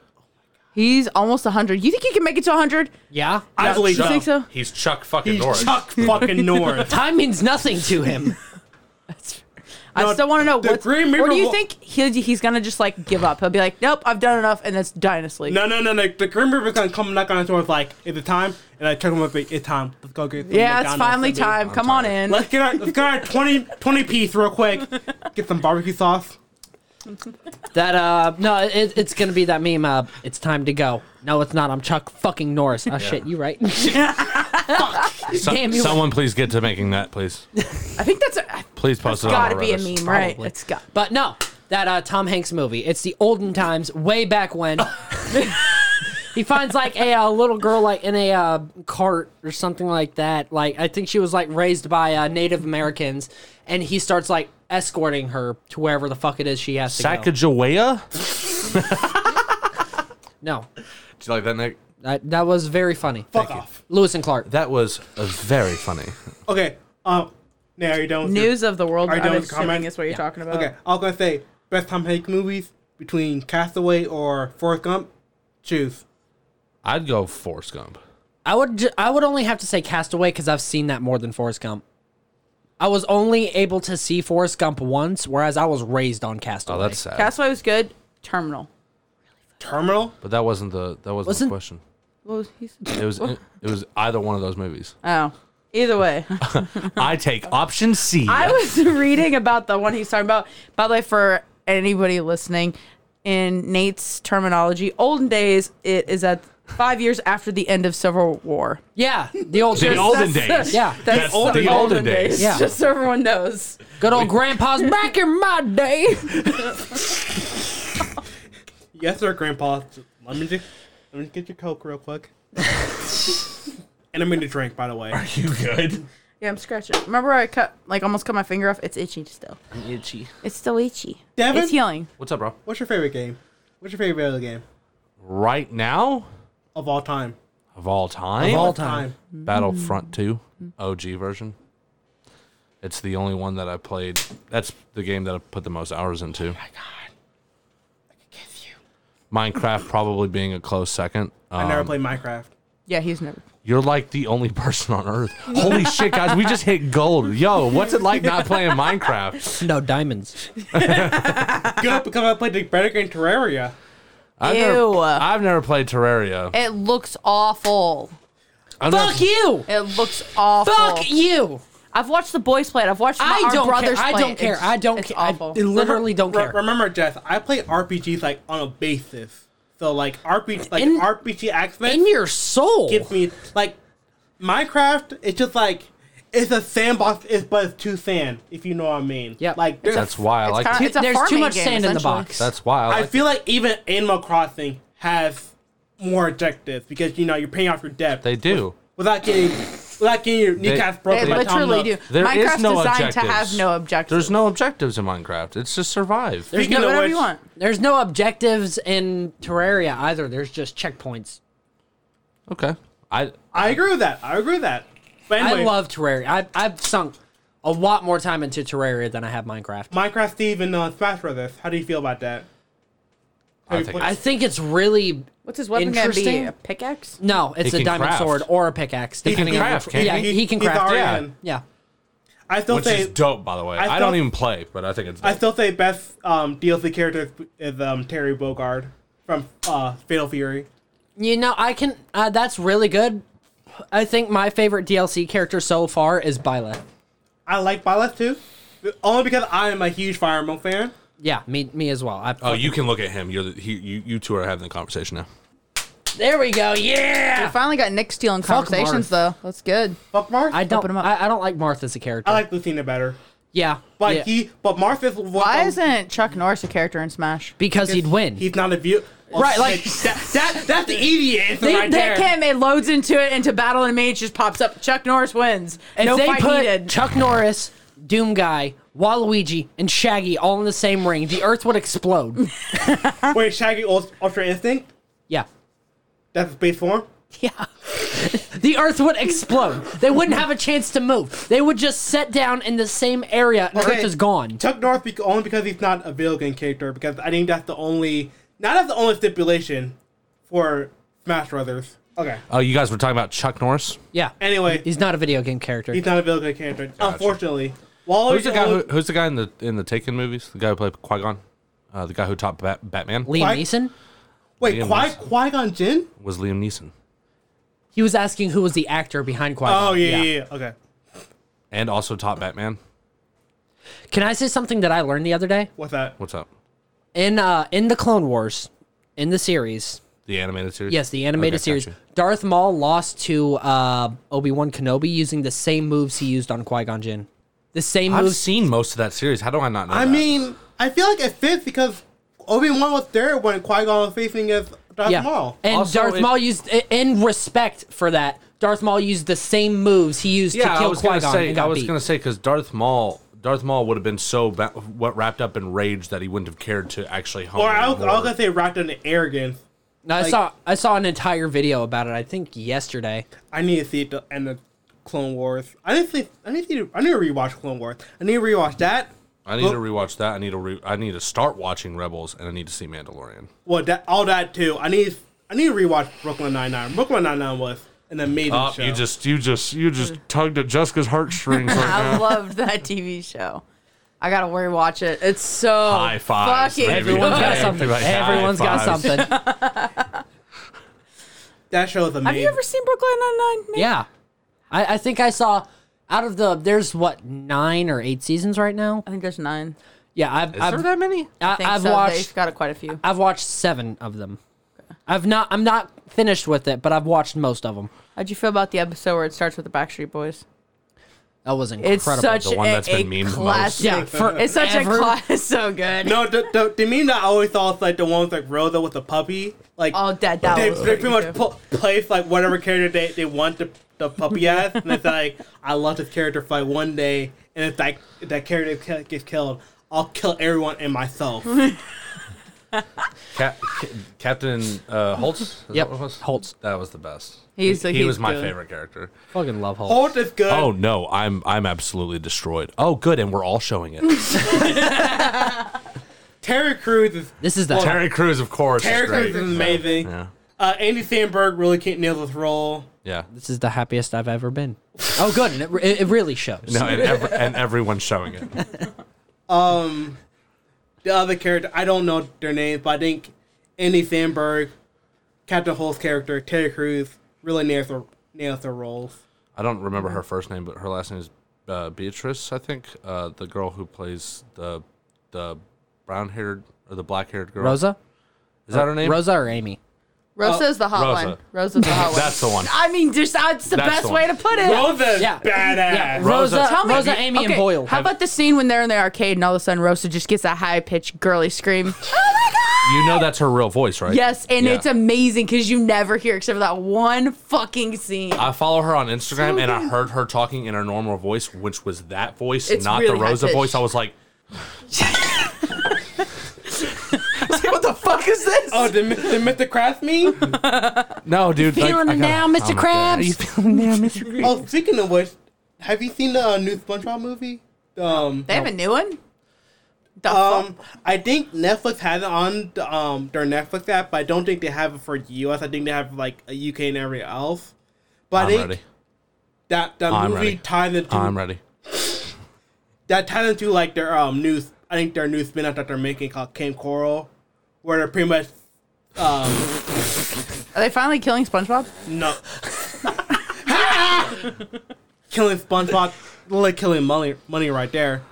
He's almost 100. You think he can make it to 100?
Yeah.
I believe
You
so.
think so?
He's Chuck fucking
He's
Norris.
Chuck fucking Norris.
Time means nothing to him.
I
No,
still want to know
the
what's,
Green River
or do you
wa-
think he'll, he's gonna just like give up? He'll be like, nope, I've done enough, and that's dynasty.
No, no, no, no. The Grim Reaper's gonna come knock on the door. Like, is it time? And I check him up. like, It's time. Let's go get. some
yeah, it's
McDonald's
finally
and be-
time. Come on in.
Let's get our let's get our 20, 20 piece real quick. Get some barbecue sauce.
That uh, no, it, it's gonna be that meme. Uh, it's time to go. No, it's not. I'm Chuck fucking Norris. Oh shit, you right?
So-
Damn you.
someone please get to making that, please.
I think that's a,
Please post
it's
it on
got to
our
be a
Reddit.
meme, right?
Probably.
It's got.
But no, that uh, Tom Hanks movie. It's the olden times, way back when. He finds like a, uh little girl like in a uh, cart or something like that. Like I think she was like raised by uh, Native Americans, and he starts like escorting her to wherever the fuck it is she has to go.
Sacagawea? Do
No,
you like that, Nick?
that, that was very funny.
Fuck off.
Lewis and Clark.
That was uh, very funny.
Okay. Um. Now are you done with your-
News of the world.
Are you
I'm
done with
assuming
comments?
is what you're talking about.
Okay, I was gonna say best Tom Hanks movies between Castaway or Forrest Gump. Choose.
I'd go Forrest Gump.
I would ju- I would only have to say Castaway because I've seen that more than Forrest Gump. I was only able to see Forrest Gump once, whereas I was raised on Castaway.
Oh, that's sad.
Castaway was good. Terminal.
Terminal.
but that wasn't the that wasn't,
Wasn't-
the question.
What was he?
It was it was either one of those movies.
Oh. Either way,
I take option C.
I was reading about the one he's talking about. By the way, for anybody listening, in Nate's terminology, olden days, it is at five years after the end of Civil War.
yeah, the old
The olden days.
Yeah.
that's
That's the olden days.
Yeah.
Just so everyone knows.
good old grandpa's back in my day.
Yes, sir, Grandpa. Let me just let me get your coke real quick. and I'm gonna drink, by the way.
you good?
Yeah, I'm scratching. Remember, I cut like almost cut my finger off. It's itchy still.
Itchy.
It's still itchy.
Devin?
it's healing.
What's up, bro?
What's your favorite game? What's your favorite video game
Right now,
of all time?
of all time,
Of all time.
Battlefront 2 OG version. It's the only one that I played. That's the game that I put the most hours into. Minecraft probably being a close second.
I
Um,
never played Minecraft.
Yeah, he's never.
you're like the only person on earth. Holy shit, guys, we just hit gold. Yo, what's it like not playing Minecraft?
No diamonds.
Good because I played the better game Terraria.
I've never,
Ew.
I've never played Terraria.
It looks awful.
I've never-
Fuck you.
It looks awful.
Fuck you.
I've watched the boys play it. I've watched my,
I
our
don't care.
brothers
I
play
don't
it.
care.
It's-
I don't
it's
care. I
awful.
literally don't
Re-
care.
remember, Jess, I play RPGs like on a basis. So like RPG, like
In-
RPG aspect.
In your soul.
Give me like Minecraft. It's just like it's a sandbox, it's, but it's too sand. If you know what I mean.
Yep.
Like there's,
That's why I
It's
like.
kinda-
it.
it's a
There's too
farming
much
game,
sand in the
essentially.
box.
That's why I
I
like. it.
feel like even Animal Crossing has more objectives because you know you're paying off your debt
they do.
without getting without getting your kneecaps
They
broken. by Tom
literally do.
Nook.
There is
Minecraft's
no
designed to
objectives.
have no objectives.
There's no objectives in Minecraft. It's just survive.
You can
Speaking
do
of
whatever
which,
you want.
There's no objectives in Terraria either. There's just checkpoints.
Okay. I
I agree with that. I agree with that. But anyway,
I love Terraria. I, I've sunk a lot more time into Terraria than I have Minecraft.
Minecraft Steve and uh, Smash Brothers. How do you feel about that?
I
Have you
think-
I
played-
think it's really
What's his weapon going to be?
Interesting.
A pickaxe?
no. It's
He
a
can
diamond
craft.
sword or a pickaxe.
He can
Depending on
craft,
which-
can't
yeah,
he?
he, can
He's
craft.
already
yeah.
in.
Yeah,
I still
which
say
is dope, by the way.
I
I, don't
thought-
even play, but I think it's. Dope.
I still say best um, DLC character is um, Terry Bogard from uh, Fatal Fury.
you know I can. Uh, that's really good. I think my favorite DLC character so far is Byleth.
I like Byleth too, only because I am a huge Fire Emblem fan.
Yeah, me me as well. I,
oh, you can look at him. You're the, he, you. You two are having the conversation now.
there we go.
I
Yeah.
finally got Nick stealing
Fuck
conversations, though. That's good.
Fuck Marth.
I don't.
Open 'em up.
I, I don't like Marth as a character.
I like Lucina better,
yeah,
but
yeah.
he but Marth is
Why
Oh.
isn't Chuck Norris a character in Smash?
because he'd win.
He's not a view.
Right, like-
that, that that's the idiot answer
They,
right
they
there.
can. It loads into it, into Battle and Mage just pops up. Chuck Norris wins.
If
no
they
fight
put
needed.
Chuck Norris, Doom Guy, Waluigi, and Shaggy all in the same ring, the Earth would explode.
Wait, Shaggy Ult- Ultra Instinct?
yeah.
That's his base form.
Yeah. the Earth would explode. They wouldn't have a chance to move. They would just sit down in the same area and
Okay.
Earth is gone.
Chuck North bec only because he's not a video game character. Because I think that's the only not that's the only stipulation for Smash Brothers. Okay.
Oh, you guys were talking about Chuck Norris.
Yeah.
Anyway,
He's not a video game character.
He's not a Bill Gates character, unfortunately. Waluigi
Who's the guy? Who,
only-
who's the guy in the in the Taken movies? The guy who played Qui Gon, uh, the guy who topped Bat- Batman
Liam
Why-
Neeson?
wait,
Liam
Qui
Neeson.
Qui Gon Jinn?
was Liam Neeson,
He was asking who was the actor behind Quiet.
Oh yeah, yeah, yeah. Okay.
and also topped Batman.
Can I say something that I learned the other day?
What's that?
What's up?
In uh in the Clone Wars, in the series,
The animated series.
Yes, the animated
Okay,
series.
gotcha.
Darth Maul lost to uh, Obi Wan Kenobi using the same moves he used on Qui Gon Jinn. The same
I've
moves.
seen most of that series. How do I not know?
I
that?
mean, I feel like it fits because Obi Wan was there when Qui Gon was facing his Darth
yeah.
Maul.
And
Also,
Darth
if-
Maul used, i- in respect for that, Darth Maul used the same moves he used
Yeah,
to
I
kill
was
Qui
gonna
Gon.
say.
and
I
got
was
beat.
gonna say because Darth Maul, Darth Maul would have been so ba- what wrapped up in rage that he wouldn't have cared to actually.
or
Or
I was, I was gonna say wrapped in arrogance.
No, I
like-
saw I saw an entire video about it. I think yesterday.
I need to see the end of Clone Wars. I didn't think I need to I need to rewatch Clone Wars. I need to rewatch that.
I need to rewatch that. I need to. Re- I need to start watching Rebels, and I need to see Mandalorian.
Well, that all that too. I need I need to rewatch Brooklyn Nine Nine. Brooklyn Nine Nine was an amazing
Oh,
show.
you just, you just, you just tugged at Jessica's heartstrings right
I
now.
loved that TV show. I gotta rewatch it. It's so
High fives,
fucking
baby.
good.
Everyone's got
Hey,
something.
everybody, high
Everyone's got
fives.
something.
that show is amazing.
Have you ever seen Brooklyn Nine Nine?
Yeah, I, I think I saw out of the there's what nine or eight seasons right now.
I think there's nine.
Yeah, I've
Is
I've,
there that many?
I,
I think
have
so.
watched
They've got quite a few.
I've watched seven of them. I've not I'm not finished with it, but I've watched most of them.
How'd you feel about the episode where it starts with the Backstreet Boys?
That was incredible.
It's such
The one
a,
that's been
a
memed most.
classic.
yeah, for
It's such
ever.
a classic. It's so good.
No, the, the, the meme that I always saw was like the ones like Rosa with the puppy. Like
Oh, that- that
they,
was
they pretty
pretty
much
good.
pl- place like whatever character they, they want the, the puppy as, and it's like I love this character for like one day, and it's like if that character ki- gets killed, I'll kill everyone and myself.
Cap- Ca- Captain uh, Holtz. Is that
Yep,
what it was?
Holtz.
That was the best.
He's-
he, he
he's
was my
good.
favorite character.
fucking love Hulk.
Holt is good.
Oh no, I'm I'm absolutely destroyed. Oh good, and we're all showing it.
Terry Crews is
This is the
Terry Crews, of course. is
Terry Crews
great.
is amazing.
Yeah.
Uh, Andy Sandberg really can't nail this role.
Yeah.
this is the happiest I've ever been. Oh, good, and it, it, it really shows.
No, and, ev- and everyone's showing it.
The other character, I don't know their names, but I think Andy Sandberg, Captain Holt's character, Terry Crews really nails their nails their roles.
I don't remember her first name, but her last name is uh, Beatrice, I think. Uh, the girl who plays the the brown haired or the black haired girl.
Rosa,
Is that her name?
Rosa or Amy?
Rosa's the hot
Rosa.
one. Rosa's the hot one.
That's the one.
I mean, just that's the
That's
best
the
way to
one.
put it.
Rosa's
Yeah.
badass.
Yeah,
Rosa-
Rosa, Rosa,
Tell
me-
Amy,
Okay,
and Boyle.
How about the scene when they're in the arcade and all of a sudden Rosa just gets that high pitched girly scream? oh my god!
You know that's her real voice, right?
Yes, and
Yeah.
it's amazing because you never hear except for that one fucking scene.
I follow her on Instagram and I heard her talking in her normal voice, which was that voice,
It's
not
really
the Rosa
high-pitched.
voice. I was like,
what the fuck is this?
Oh, did, Mi- did Mr. Kraft me?
no, dude. like,
feeling
I
it now,
gotta-
Mr.
oh my God.
Krabs?
Are you feeling it now, Mr. Krabs?
oh, speaking of which, have you seen the uh, new SpongeBob movie? Um,
they have a new one. The fuck?
um, I think Netflix has it on the, um their Netflix app, but I don't think they have it for U.S. I think they have like a UK and everywhere else. But I
I'm
think
ready.
that that
I'm
movie
ready.
ties into
I'm ready.
that ties into like their um news. I think their new spin out that they're making called Camp Coral, where they're pretty much um
Are they finally killing SpongeBob?
no killing SpongeBob, really killing money money right there.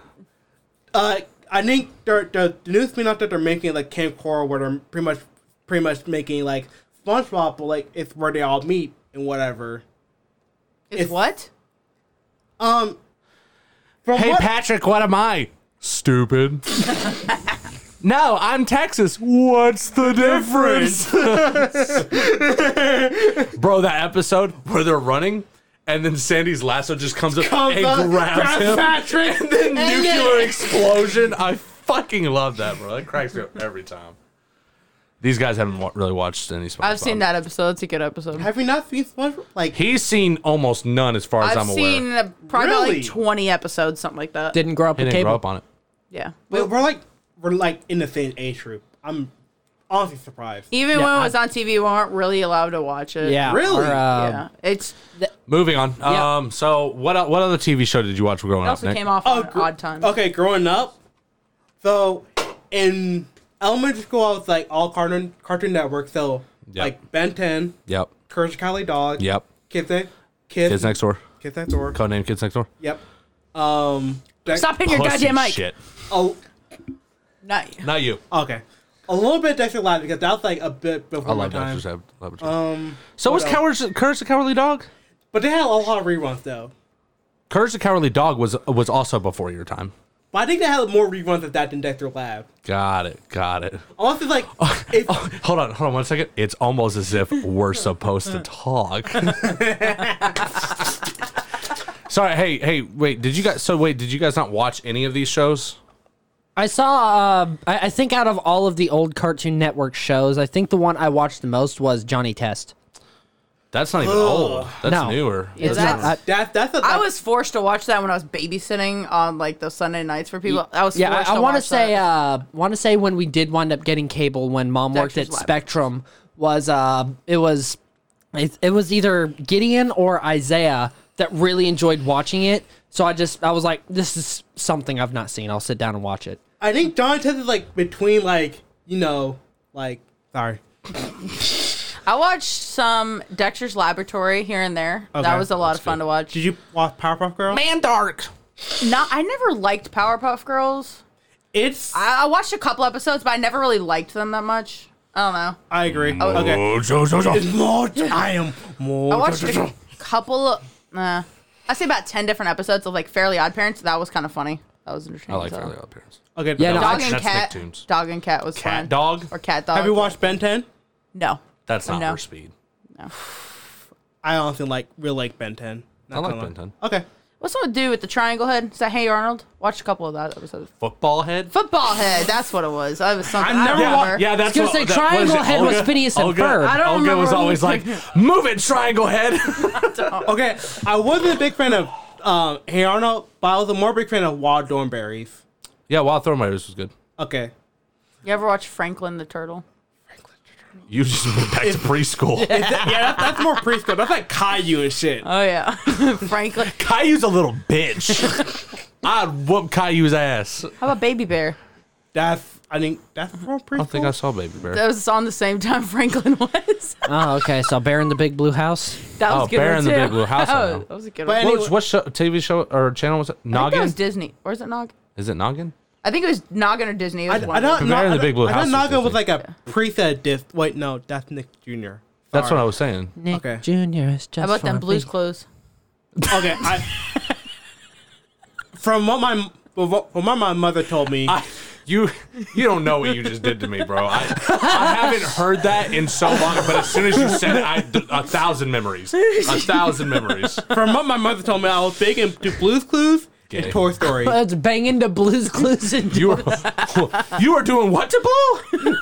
Uh, I think their the the new spin out that they're making like Camp Coral, where they're pretty much pretty much making like SpongeBob, but like it's where they all meet and whatever.
It's,
It's-
what?
Um, from
Hey,
what-
Patrick, what am I? Stupid. no, I'm Texas. What's the difference? Bro, that episode where they're running and then Sandy's lasso just comes up
Comes
and
up, grabs
grabs him.
Patrick,
and then
and
nuclear
then-
explosion. I fucking love that, bro. That cracks me up every time. These guys haven't wa- really watched any SpongeBob.
I've seen that episode. It's a good episode.
Have you not seen SpongeBob? Like
He's seen almost none as far as
I've
i am
seen
aware.
uh, probably about,
Really?
like 20 episodes, something like that.
Didn't grow up
He
with
didn't
cable.
grow up on it.
yeah.
But we're like we're like in the same age group. I'm honestly surprised.
Even
Yeah,
when it
I-
was on TV, we weren't really allowed to watch it.
Yeah,
Really?
or, uh,
Yeah. It's
Moving on.
Yeah.
Um. So what o- what other TV show did you watch growing
It
up?
also
Nick?
came off on
gr-
odd time.
Okay, growing up, so in elementary school, I was like all Cartoon Cartoon Network. So
Yep.
like Ben Ten,
Yep.
Courage the Cowardly Dog,
Yep.
Kids Next, Kids,
Kids Next Door.
Kids Next Door.
Codename Kids Next Door.
Yep. Um. that-
Stop hitting your
Pussy
goddamn mic.
Shit.
Oh,
Not-
Not you.
okay. A little bit Dexter Lab because that was like a bit before
I
my
love
time.
Doctor Zab.
Um.
So was
what
Courage, Courage the Cowardly Dog.
But they had a lot of reruns though.
Courage the Cowardly Dog was was also before your time.
But I think they had more reruns of that than Dexter Lab.
Got it. Got it.
Honestly, like, if,
Oh, hold on. Hold on one second. It's almost as if we're supposed to talk. Sorry. Hey, hey, wait. Did you guys, so wait, did you guys not watch any of these shows?
I saw. Uh, I, I think out of all of the old Cartoon Network shows, I think the one I watched the most was Johnny Test.
That's not even old. That's
No.
newer.
Yeah,
It's
that's-
not. I-
that, that's a,
I was forced to watch that when I was babysitting on like those Sunday nights for people. I was
yeah,
Forced
I, I
to
want to
watch
say.
that.
Uh, want to say when we did wind up getting cable when Mom worked
Dexter's
at
Lab.
Spectrum was uh, it was it, it was either Gideon or Isaiah that really enjoyed watching it. So I just I was like, this is something I've not seen. I'll sit down and watch it.
I think John Test is like between like you know like sorry.
I watched some Dexter's Laboratory here and there.
Okay.
That was a lot of fun to watch.
Did you watch Powerpuff Girls?
Man Dark.
Not, I never liked Powerpuff Girls.
It's I,
I, I watched a couple episodes, but I never really liked them that much. I don't know.
agree. Okay,
Oh, so, so, so.
it's more. I am more.
I watched a couple. Of, uh, I say about ten different episodes of like Fairly Odd Parents. That was kind of funny. That was
I
entertaining.
like
so.
Fairly Odd Parents.
okay,
Yeah, no,
no.
Dog
That's-
and
that's
cat.
Nicktoons.
Dog and cat was
Cat
fun.
Dog.
or cat dog.
Have you watched Ben Ten?
No.
That's not
No.
her speed.
I honestly like really like Ben Ten. Not
I like
gonna lie.
Ben 10.
Okay,
What's someone do with the triangle head? Is that Hey Arnold? Watched a couple of that episodes.
Football head.
Football head. That's what it was. That was something. I
never
don't
wa-
remember.
Yeah, that's
I was
what
gonna say,
that- what is
Triangle
it,
Head was Phineas and
Olga,
Ferb. I
don't
Olga was
remember
always like, "Move it, Triangle Head."
okay. I wasn't a big fan of um, Hey Arnold, but I was a more big fan of Wild Dornberries.
yeah, Wild Thornberries was good.
Okay,
You ever watch Franklin the Turtle?
You just went back to preschool.
Is that- yeah, that, that's more preschool. That's like Caillou and shit.
Oh yeah, Franklin.
Caillou's a little bitch. I'd whoop Caillou's ass.
How about Baby Bear?
That's I think that's more preschool.
I don't think I saw Baby Bear.
That was on the same time Franklin was.
Oh, okay. So Bear in the Big Blue House.
That was
Oh,
a good
Bear
one
in the
too. Oh,
Big Blue House, I
That
know.
was, that was a good
But
one.
What, was- what show, TV show or channel was it?
I think that
Noggin?
was Disney, or is it Nog?
Is it Noggin?
I think it was Noggin or Disney. It
I,
was
I
one of
don't
Bear
know.
in the
I,
Big Blue
I thought
House was
Naga was
Disney.
like a preset disc. Wait, no, that's Nick Jr. Sorry.
That's what I was saying.
Nick
Okay.
Junior is just.
them. How about them
for
Blues
me.
Clues?
Okay, I, from what my from what my mother told me,
You you don't know what you just did to me, bro. I, I haven't heard that in so long, but as soon as you said it, I a thousand memories. A thousand memories.
from what my mother told me, I was big into Blue's Clues
Gay.
and Toy Story.
Let's bang into Blues Clues and.
You were you were doing what to Blue?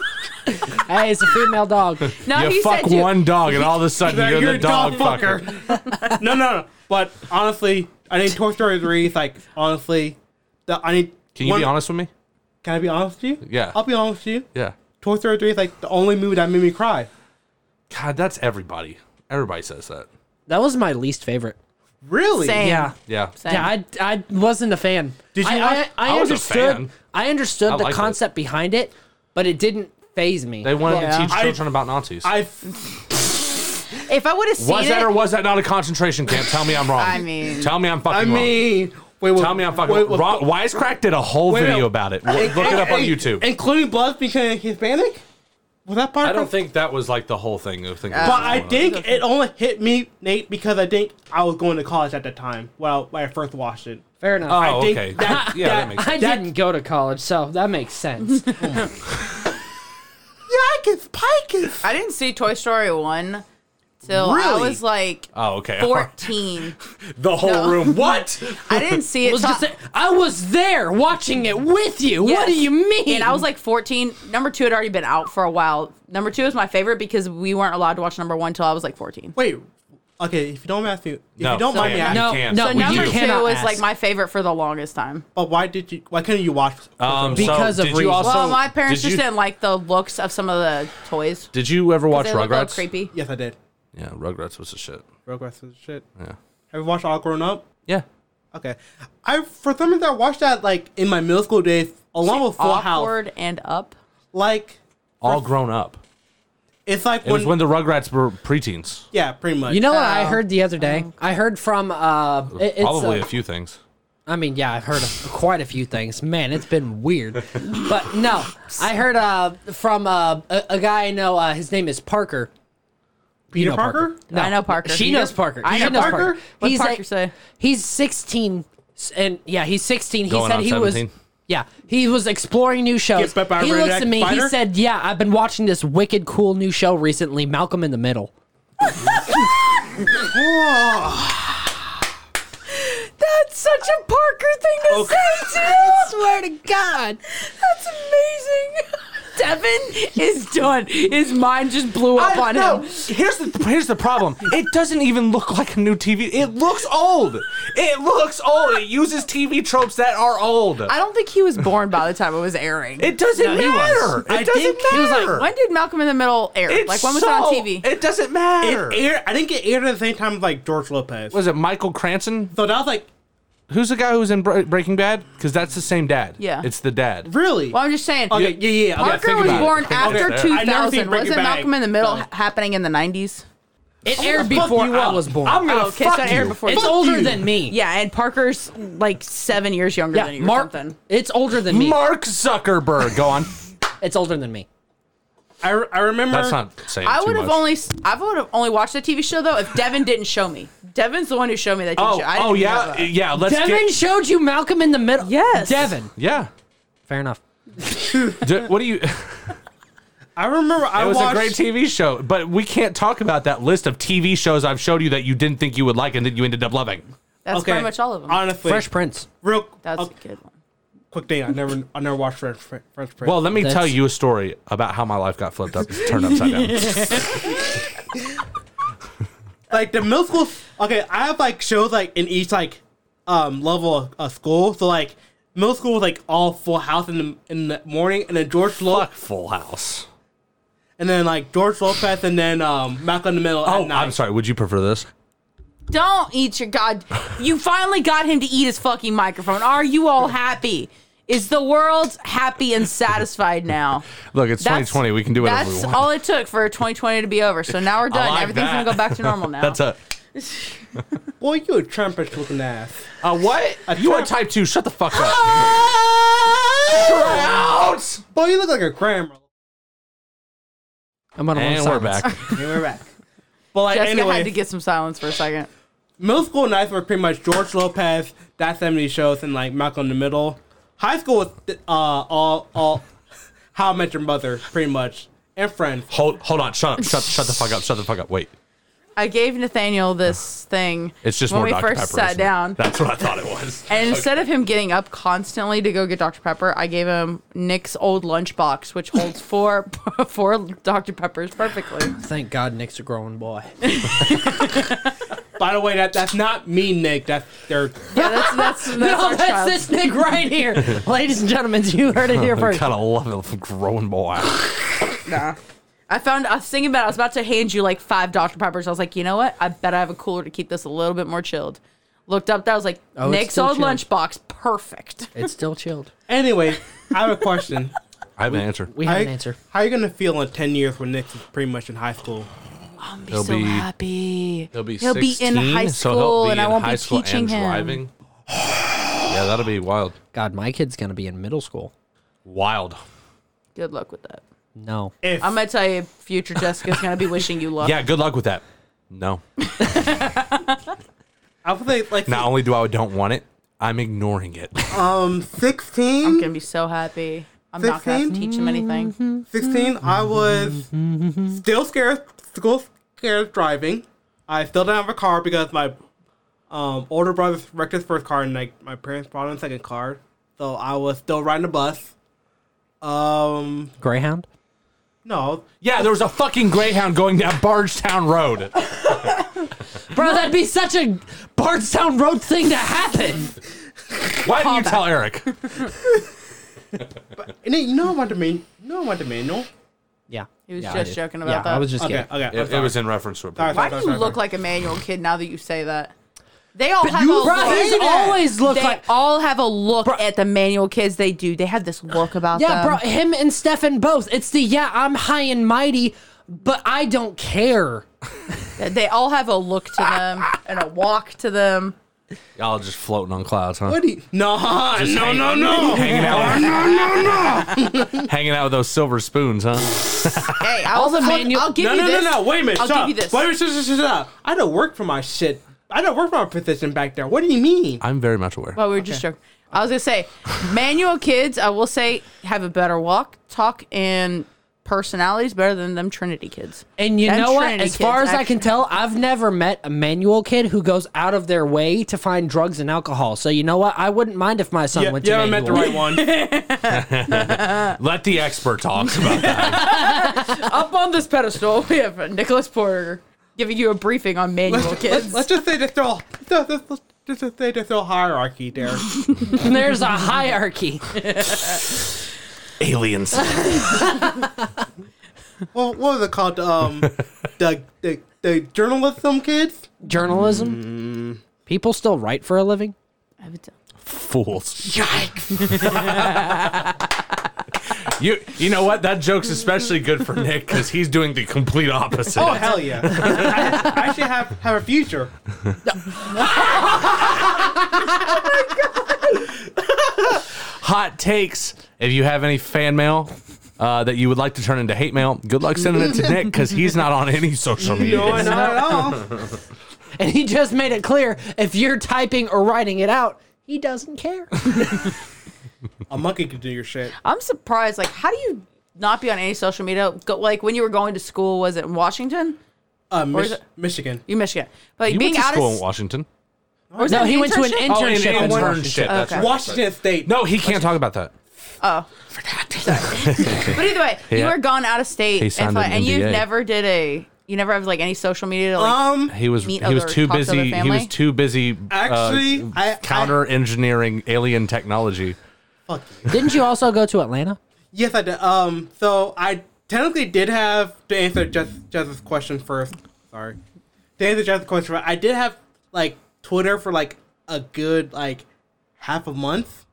hey, it's a female dog.
No,
you
he
fuck
said you-
one dog, and all of a sudden
That
you're, the dog, fucker.
no, no, no. But honestly, I think Toy Story three is like honestly, the I need.
Can you
one-
be honest with me?
Can I be honest with you?
Yeah.
I'll be honest with you.
Yeah.
Toy Story three is like the only movie that made me cry.
God, that's everybody. Everybody says that.
That was my least favorite.
Really?
Same.
Yeah.
Yeah.
Same.
Yeah, I, I wasn't a fan.
Did you
I,
watch-
I, I,
I was a
understood.
fan.
I understood
I
the
liked it.
concept behind it, but it didn't phase me.
They wanted
Yeah.
to teach
I-
children about Nazis.
I
if I would have seen
was that
it,
or was that not a concentration camp? Tell me I'm wrong.
I mean-
tell me I'm fucking
I mean, wait, wait,
wrong. Tell me I'm fucking
wait, wait,
wrong.
wait.
Wisecrack did a whole
Wait,
video
wait.
about it. Look it up on
Hey,
YouTube.
Including Blood becoming Hispanic? Was that part
I
of
don't think that was like the whole thing. I think
But I think it only hit me, Nate, because I think I was going to college at the time well, when I first watched it.
Fair enough.
Oh,
I think
okay.
that-
yeah, that,
that-
makes sense.
I didn't go to college, so that makes sense.
Yikes, pikes!
I didn't see Toy Story one till I
Really?
was like
Oh, okay.
fourteen.
the whole
No.
room. What?
I didn't see it.
was
till-
just that- I was there watching it with you. What
Yes.
do you mean?
And I was like 14. Number two had already been out for a while. Number two is my favorite because we weren't allowed to watch number one till I was like 14.
Wait, okay, if you don't mind asking, if
No,
you don't
so
mind me
yeah,
asking,
no,
you can't.
no,
So
you
number two
cannot
was
ask.
like my favorite for the longest time.
but why did you, why couldn't you watch?
Um, so
Because of
did
reasons.
you also,
well, my parents
did
just
you,
didn't like the looks of some of the toys.
Did you ever watch
they look a little
Rugrats?
creepy.
yes, I did.
Yeah, Rugrats was the shit.
Rugrats is shit.
Yeah.
Have you watched All Grown Up?
Yeah.
Okay. I, for some reason, I watched that, like, in my middle school days, along with Full House.
Awkward and up.
Like,
All grown up.
it's like
It was when the Rugrats were preteens.
yeah, pretty much.
you know what I
Oh.
heard the other day? I heard from uh, it- it's,
Probably
uh,
a few things.
I mean, yeah, I've heard of quite a few things. Man, it's been weird. but no, I heard uh, from uh, a, a guy I know. Uh, his name is Parker.
Peter
know
Parker?
I know Parker.
She
Peter-
knows Parker.
I
She
know
knows
Parker.
Parker.
What'd
He's
Parker
like-
say?
He's 16, and yeah, he's 16. He
Going
said
on
he
17?
was Yeah, he was exploring new shows.
Get bit by a
He looks at
radioactive
me. He
spider?
said, "Yeah, I've been watching this wicked cool new show recently, Malcolm in the Middle."
That's such a Parker thing to
Okay.
say, too. I swear to God. That's amazing. Devin is done. His mind just blew up
I
on
know.
him.
Here's the here's the problem. It doesn't even look like a new TV. It looks old. It looks old. It uses TV tropes that are old.
I don't think he was born by the time it was airing.
it doesn't
he
matter.
was.
It
I
doesn't
think
matter.
he was like,
when did Malcolm in the Middle air?
It's
like when was it
so-
on TV?
It doesn't matter.
It aired, I think it aired at the same time as, like George Lopez.
was it Michael Cranston?
So that was like,
Who's the guy who was in Bre- Breaking Bad? Because that's the same dad.
Yeah.
It's the dad.
really?
well, I'm just saying.
okay, yeah, yeah. yeah. Okay,
Parker
think
was
about it.
born
Think about
after
it.
I never seen
2000.
Breaking
Wasn't
Bad.
Malcolm in the Middle
So-
ha- happening in the 90s?
It aired before
you
I
up.
was born.
I'm gonna
Oh, okay,
fuck
so it
you.
aired before
it's
you.
older than me.
Yeah, and Parker's like seven years younger than
yeah.
you or
Mark,
something.
it's older than me.
Mark Zuckerberg. Go on.
It's older than me.
I, re- I remember.
That's not saying
I
too
would have
much.
only I would have only watched the TV show though if Devin didn't show me. Devin's the one who showed me that TV
Oh,
show. I didn't
oh
even know
yeah,
that.
yeah. Let's
Devin
get
showed you Malcolm in the Middle.
Yes.
Devin.
yeah.
Fair enough.
D- what do you?
I remember. I
It was
watched,
a great TV show, but we can't talk about that list of TV shows I've showed you that you didn't think you would like and then you ended up loving.
That's
okay,
pretty much all of them.
Honestly,
Fresh Prince.
real
That's
okay,
a good one.
quick thing. I never, I never watched Fresh, Fresh Prince.
Well, let me
That's-
tell you a story about how my life got flipped up, turned upside down.
like the middle school. Okay, I have like shows like in each like um level of, of school. So like middle school was like all Full House in the in the morning, and then George Lo,
Fuck Full House.
and then like George Lopez, and then um Malcolm in the Middle.
Oh,
at night.
I'm sorry. Would you prefer this?
Don't eat your god. You finally got him to eat his fucking microphone. Are you all happy? Is the world happy and satisfied now?
Look, it's
That's-
2020. We can do whatever
That's
we want.
all it took for 2020 to be over. So now we're
I
done.
like
Everything's
that.
gonna go back to normal now.
That's a,
Boy, you a trumpet looking ass.
a what? you are
trap.
type two. Shut the fuck up. Out.
Boy, you look like a grandma.
I'm on a long
And we're
silence.
back.
Okay, we're back. But like
Jessica
anyway,
had to get some silence for a second.
middle school nights were pretty much George Lopez, that 70 shows, and like Malcolm in the Middle. High school was uh, all all How I Met Your Mother, pretty much, and Friends.
Hold, hold on. Shut up. Shut, shut the fuck up. Shut the fuck up. Wait.
I gave Nathaniel this thing
It's just
when
more
we
Dr.
first
Pepper,
sat
isn't it?
down.
That's what I thought it was.
And instead of him getting up constantly to go get Dr. Pepper, I gave him Nick's old lunchbox, which holds four four Dr. Peppers perfectly.
Thank God Nick's a growing boy.
By the way, that that's not me, Nick. That's their.
Yeah, that's that's, that's
no,
our
Oh, that's
child.
this Nick right here. Ladies and gentlemen, you heard it here
I
first.
kind of love a growing boy.
Nah. I found I was thinking about. it. I was about to hand you like five Dr. Peppers. I was like, you know what? I bet I have a cooler to keep this a little bit more chilled. Looked up. That was like
Oh, it's
Nick's
still
old
chilled.
lunchbox, perfect.
It's still chilled.
Anyway, I have a question.
I have an answer.
We
How-
have an answer.
How are you gonna feel in ten years when Nick is pretty much in high school?
I'm
He'll
so
be-
happy.
He'll be
he'll
16,
be in high
so
school,
he'll be
and I
in
won't
high
be
school
teaching
and
him.
driving. Yeah, that'll be wild.
God, my kid's gonna be in middle school.
Wild.
Good luck with that.
No.
If
I'm gonna tell you, future Jessica's gonna be wishing you luck.
Yeah, good luck with that. No.
I would say like
Not only do I don't want it, I'm ignoring it.
um
I'm
16,
gonna be so happy. I'm not gonna have to
15?
teach him anything.
16 I was still scared, still scared of driving. I still didn't have a car because my um, older brother wrecked his first car, and like my parents brought in a second car, so I was still riding the bus. Um,
Greyhound?
no,
yeah, there was a fucking Greyhound going down Bargetown Road.
Bro, that'd be such a Bardstown Road thing to happen.
Why didn't you tell Eric?
and then, you know what I mean. You know what I mean. No,
Yeah.
He was
Yeah, I
just
did.
joking about
yeah,
that.
I was just
okay,
kidding.
okay. I'm
It, it
sorry.
was in reference to a
Sorry,
Why
sorry,
do you
sorry,
look
sorry.
like a manual kid now that you say that? They all have
you
a
Bro,
say
he's
look.
that.
always looked
They
like
all have a look at the manual kids. They do. They have this look about
Yeah,
them.
bro, him and Stefan both. It's the yeah, I'm high and mighty, but I don't care.
bro. They all have a look to them and a walk to them.
Y'all just floating on clouds, huh?
What do you- no, no,
hang-
no, no,
Hanging out, with, hanging out with those silver spoons, huh?
Hey, I'll,
the
I'll,
manual-
I'll give
no,
you
no, no,
this.
no, Wait a minute.
I'll
shut
give
up.
you this.
Wait a minute. Shut, shut, shut up. I don't work for my shit. I don't work for my position back there. What do you mean?
I'm very much aware.
Well, Oh, we were just joking. I was gonna say, manual kids, I will say, have a better walk, talk, and personalities better than them Trinity kids.
And you
Them
know what?
Trinity
As far
kids,
as I can
actually.
tell, I've never met a manual kid who goes out of their way to find drugs and alcohol. So you know what? I wouldn't mind if my son
Yeah,
went to
yeah, I
manual.
met the right one.
Let the expert talk about that.
Up on this pedestal, we have Nicholas Porter giving you a briefing on manual kids.
Let's, let's just say that they're all. Let's, let's, let's just say there's no hierarchy there.
There's a hierarchy.
Aliens.
well, what was it called? Um, the, the the journalism kids.
Journalism.
Mm.
People still write for a living.
I would tell-
Fools. You you know what? That joke's especially good for Nick because he's doing the complete opposite.
Oh hell yeah! I, I should have have a future.
Hot takes. If you have any fan mail uh, that you would like to turn into hate mail, good luck sending it to Nick because he's not on any social media.
No, not at all.
And he just made it clear if you're typing or writing it out, he doesn't care.
A monkey could do your shit.
I'm surprised. Like, how do you not be on any social media? Go, like when you were going to school, was it in Washington?
Uh,
is
Mich-
it-
Michigan.
You Michigan, but
You
being
went to
out
school
of
in Washington.
or was
No,
that
he went to an internship.
internship?
in
Oh, an
Washington.
internship. That's
Okay.
right.
Washington State.
No, he can't talk about that.
But either way, you
Yeah.
were gone out of state,
He
and,
signed
fi-
an
and you
NDA.
never did a. You never have like any social media to like
Um,
He was
Meet
he was
other-
too
talk to other
busy. He
family?
was too busy. uh,
Actually, I- I-
counter engineering alien technology.
fuck you.
Didn't you also go to Atlanta?
Yes, I did. Um, so I technically did have to answer Jess- Jess's question first. Sorry, to answer Jess's question, first, I did have like Twitter for like a good like half a month.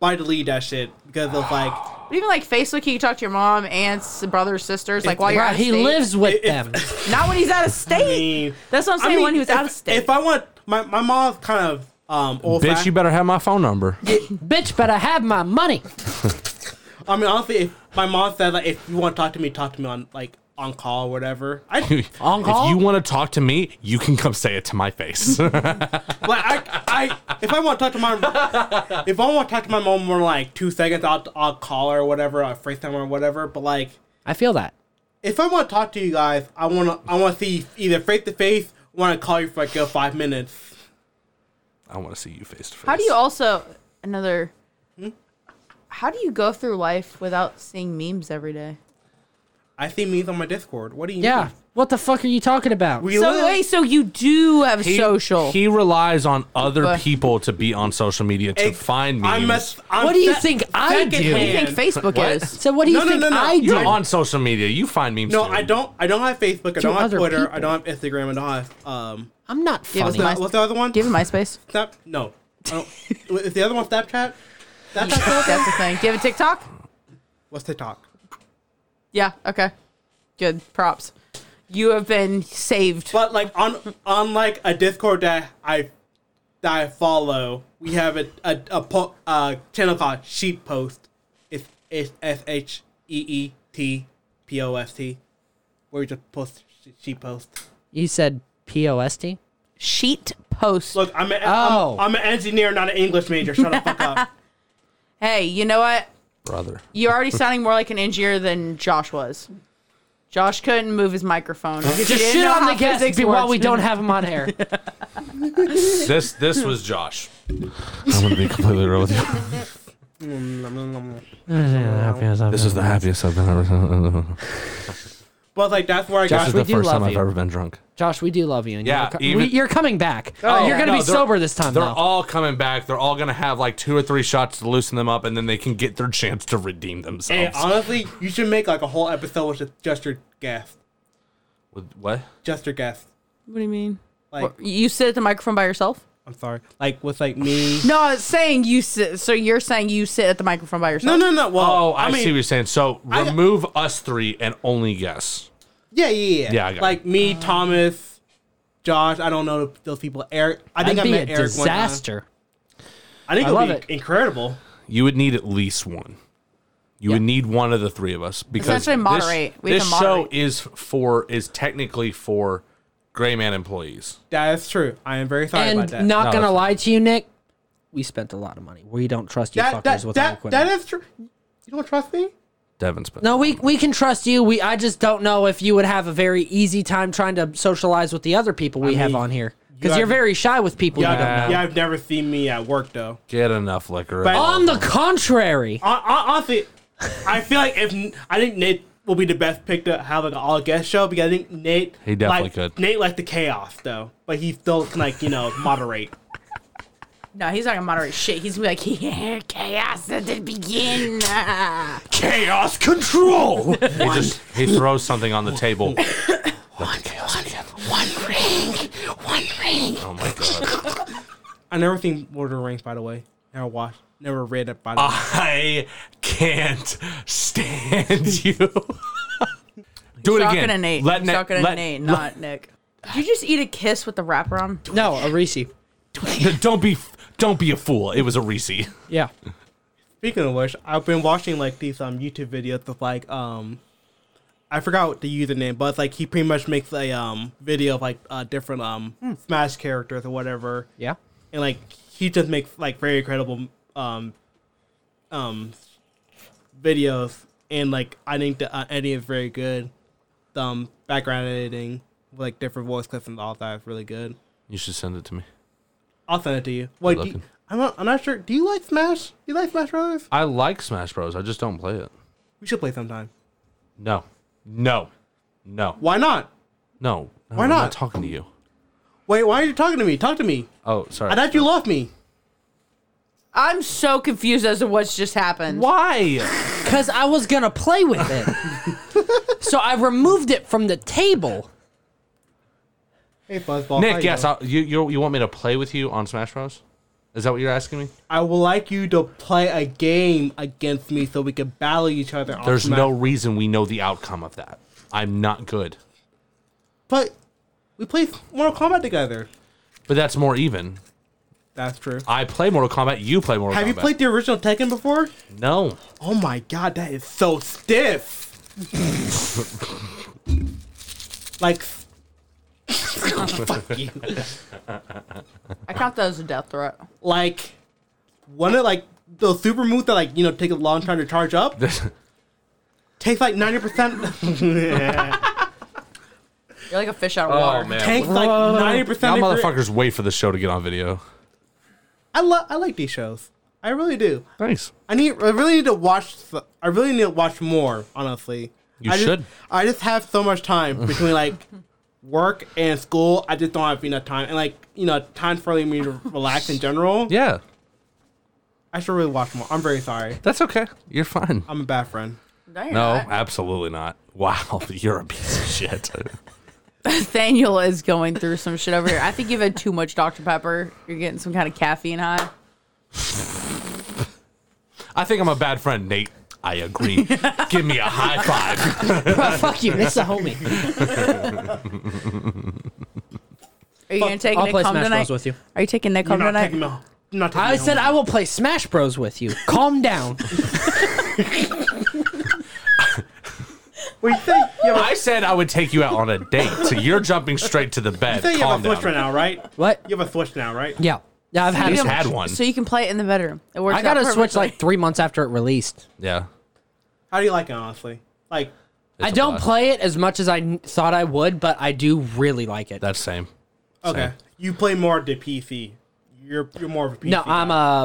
But I deleted that shit because of like
Oh.
But even like Facebook, you can talk to your mom, aunts, brothers, sisters. Like while you're out
Right,
of
he
state.
lives with them.
Not when he's out of state.
mean-
That's what I'm
I
saying.
mean,
when he was
if,
out of state.
If I want my my mom's kind of um old
Bitch, you better have my phone number.
Bitch, but I have my money.
I mean honestly, if my mom said like if you want to talk to me, talk to me on like on call or whatever. I
On call?
If you want to talk to me, you can come say it to my face.
Like I, I, if I want to talk to my, if I want to talk to my mom more like two seconds, I'll, I'll call her or whatever, or FaceTime or whatever. But like,
I feel that.
if I want to talk to you guys, I wanna, I wanna see you either face to face, or wanna call you for like a five minutes.
I want to see you face to face.
how do you also another? How do you go through life without seeing memes every day?
I see memes on my Discord. What do you?
Yeah.
mean?
What the fuck are you talking about?
we
So
live-
wait, so you do have
He-
social.
He relies on other
But-
people to be on social media to
Ex-
find memes.
I must. I'm
What do you
sec-
think I do?
secondhand.
what do you think Facebook
What?
is?
So what do you
No, no,
think
no, no.
I do?
You're on social media. You find memes.
No,
too.
I don't. I don't have Facebook. I don't have
other
Twitter. I
people.
don't have Instagram. I don't have um.
I'm not
Give us
funny.
What's the,
My-
what's the other one?
Do you have a MySpace?
Snap. No. I don't, is the other one Snapchat? Snapchat.
That's the thing. Do you have a TikTok?
What's TikTok?
Yeah. Okay. Good. Props. You have been saved.
But like on on like a Discord that I that I follow, we have a a, a, po- a channel called Sheep Post. It's it's S H E E T P O S T, where we just post sh- sheep post.
You said P-O-S-T?
Sheet post.
Look, I'm a,
Oh.
am an engineer, not an English major. Shut the fuck up.
Hey, you know what?
brother.
You're already sounding more like an engineer than Josh was. Josh couldn't move his microphone. He
Just
didn't
shit
know
on
how
the guest
physics
while
works.
we don't have him on air.
This this was Josh. I'm gonna be completely real with you. This is the happiest I've been ever.
But like that's where I
this is
we
the
got.
do
first
love
time I've
you.
ever been drunk.
Josh, we do love you. And
Yeah,
you're, co-
even-
we- you're coming back.
Oh,
you're going to
no,
be
they're-
sober this time,
They're
though.
all coming back. They're all gonna have like two or three shots to loosen them up, and then they can get their chance to redeem
Hey,
themselves.
honestly, you should make like a whole episode with just- just your guest,
With- what?
just your guest.
What do you mean?
Like
What, you sit at the microphone by yourself?
I'm sorry, like with like me.
No, I was saying you sit. So you're saying you sit at the microphone by
No,
yourself?
no, no. Well,
Oh, I,
mean,
see what you're saying. So
I-
remove us three and only guess.
Yeah, yeah, yeah.
Yeah, I got
like me, Thomas, Josh. I don't know those people. Eric. I think
That'd
I
be a
met Eric
disaster.
one time. I think
I
it'll
love
be
it.
incredible.
You would need at least one. You would need one of the three of us because
Essentially moderate.
This,
We have
this
to
show
moderate.
is for is technically for gray man employees.
That is true. I am very sorry about that.
And not going
No,
to
that's-
lie to you, Nick, we spent a lot of money. We don't trust you
That,
fuckers
that,
with our
that,
equipment.
that is true. You don't trust me?
Devin Smith.
no, we we can trust you. We I just don't know if you would have a very easy time trying to socialize with the other people we have
mean,
on here
you
because you are
have-
very shy with people you don't
Yeah,
know.
yeah, I've never seen me at work though.
Get enough liquor. Um,
But-
On the contrary,
Hon- hon- Honestly, I feel like if N- I think Nate will be the best pick to have like an all guest show because I think Nate
He definitely
like,
could.
Nate liked the chaos though, but he still can like you know moderate.
No, he's not gonna moderate shit. He's gonna be like, yeah, chaos at the begin.
chaos control. he just he throws something on the table. Let the chaos begin.
One ring, one ring.
Oh my god.
I never seen Lord of the Rings by the way. Never watched. Never read it by
Ah,
the way.
I can't stand you. Do it
Talking
again.
to Nate.
Let
Let
Nate-
talking to
let-
Nate, not Nick. Did you just eat a kiss with the wrapper on?
no, Arisi.
don't be don't be a fool. It was a Reese.
Yeah,
Speaking of which, I've been watching like these um YouTube videos of like um. I forgot what the username, but it's like he pretty much makes a um video of like uh, different um Smash characters or whatever,
yeah.
and like he just makes like very credible um um videos and like I think the uh, editing is very good. Um background editing, like different voice clips and all that is really good.
You should send it to me.
I'll send it to you. Wait, do you-
looking.
I'm not, I'm not sure. Do you like Smash? Do you like Smash Brothers?
I like Smash Bros. I just don't play it.
We should play sometime.
No. No. No.
Why not?
No. No,
Why
I'm
not?
talking to you.
Wait, why are you talking to me? Talk to me.
Oh, sorry.
I thought you loved me.
I'm so confused as to what's just happened.
Why?
Because I was gonna play with it, so I removed it from the table.
Hey, Fuzzball. how
Nick,
you
yes,
doing?
I'll, you, you you want me to play with you on Smash Bros? Is that what you're asking me?
I would like you to play a game against me so we can battle each other. on
There's
Smash.
no reason we know the outcome of that. I'm not good.
But we play Mortal Kombat together.
But that's more even.
That's true.
I play Mortal Kombat, you play Mortal
Have
Kombat.
you played the original Tekken before?
No.
Oh my god, that is so stiff. like, fuck you.
I count that as a death threat.
Like, one of like those super moves that like you know take a long time to charge up takes like ninety percent.
You're like a fish
Oh,
out of water.
Takes like ninety
Y'all
percent.
motherfuckers wait for the show to get on video.
I love. I like these shows. I really do.
Thanks.
I need. I really need to watch. th- I really need to watch more. Honestly,
You
I just-
should.
I just have so much time between like work and school. I just don't have enough time, and like you know, time for me to relax in general.
Yeah.
I should really watch more. I'm very sorry.
That's okay. You're fine.
I'm a bad friend.
No, you're
No,
not.
absolutely not. Wow, you're a piece of shit.
Nathaniel is going through some shit over here. I think you've had too much Dr. Pepper. You're getting some kind of caffeine high.
I think I'm a bad friend, Nate. I agree. Give me a high five.
Bro, fuck you, it's a homie.
Are you gonna take
I'll
Nick
play
home
Smash
tonight?
Bros with you.
Are you taking Nick
I'm
home
not
tonight?
taking me. I'm not taking
I
me
said
home.
I will play Smash Bros with you. Calm down.
Wait, you think you have a,
I said I would take you out on a date, so you're jumping straight to the bed.
you think you have
Calm
a switch right
down.
now, right?
What?
You have a switch now, right?
Yeah. Yeah, I've had
I
a
just
Switch.
had one.
So you can play it in the bedroom. It works.
I got
out
a Switch like
perfectly.
three months after it released.
Yeah.
How do you like it, honestly? Like,
I
It's a
don't
blast.
play it as much as I n- thought I would, but I do really like it.
That's same.
okay,
Same.
you play more the PC. You're you're more of a PC.
no, I'm
guy.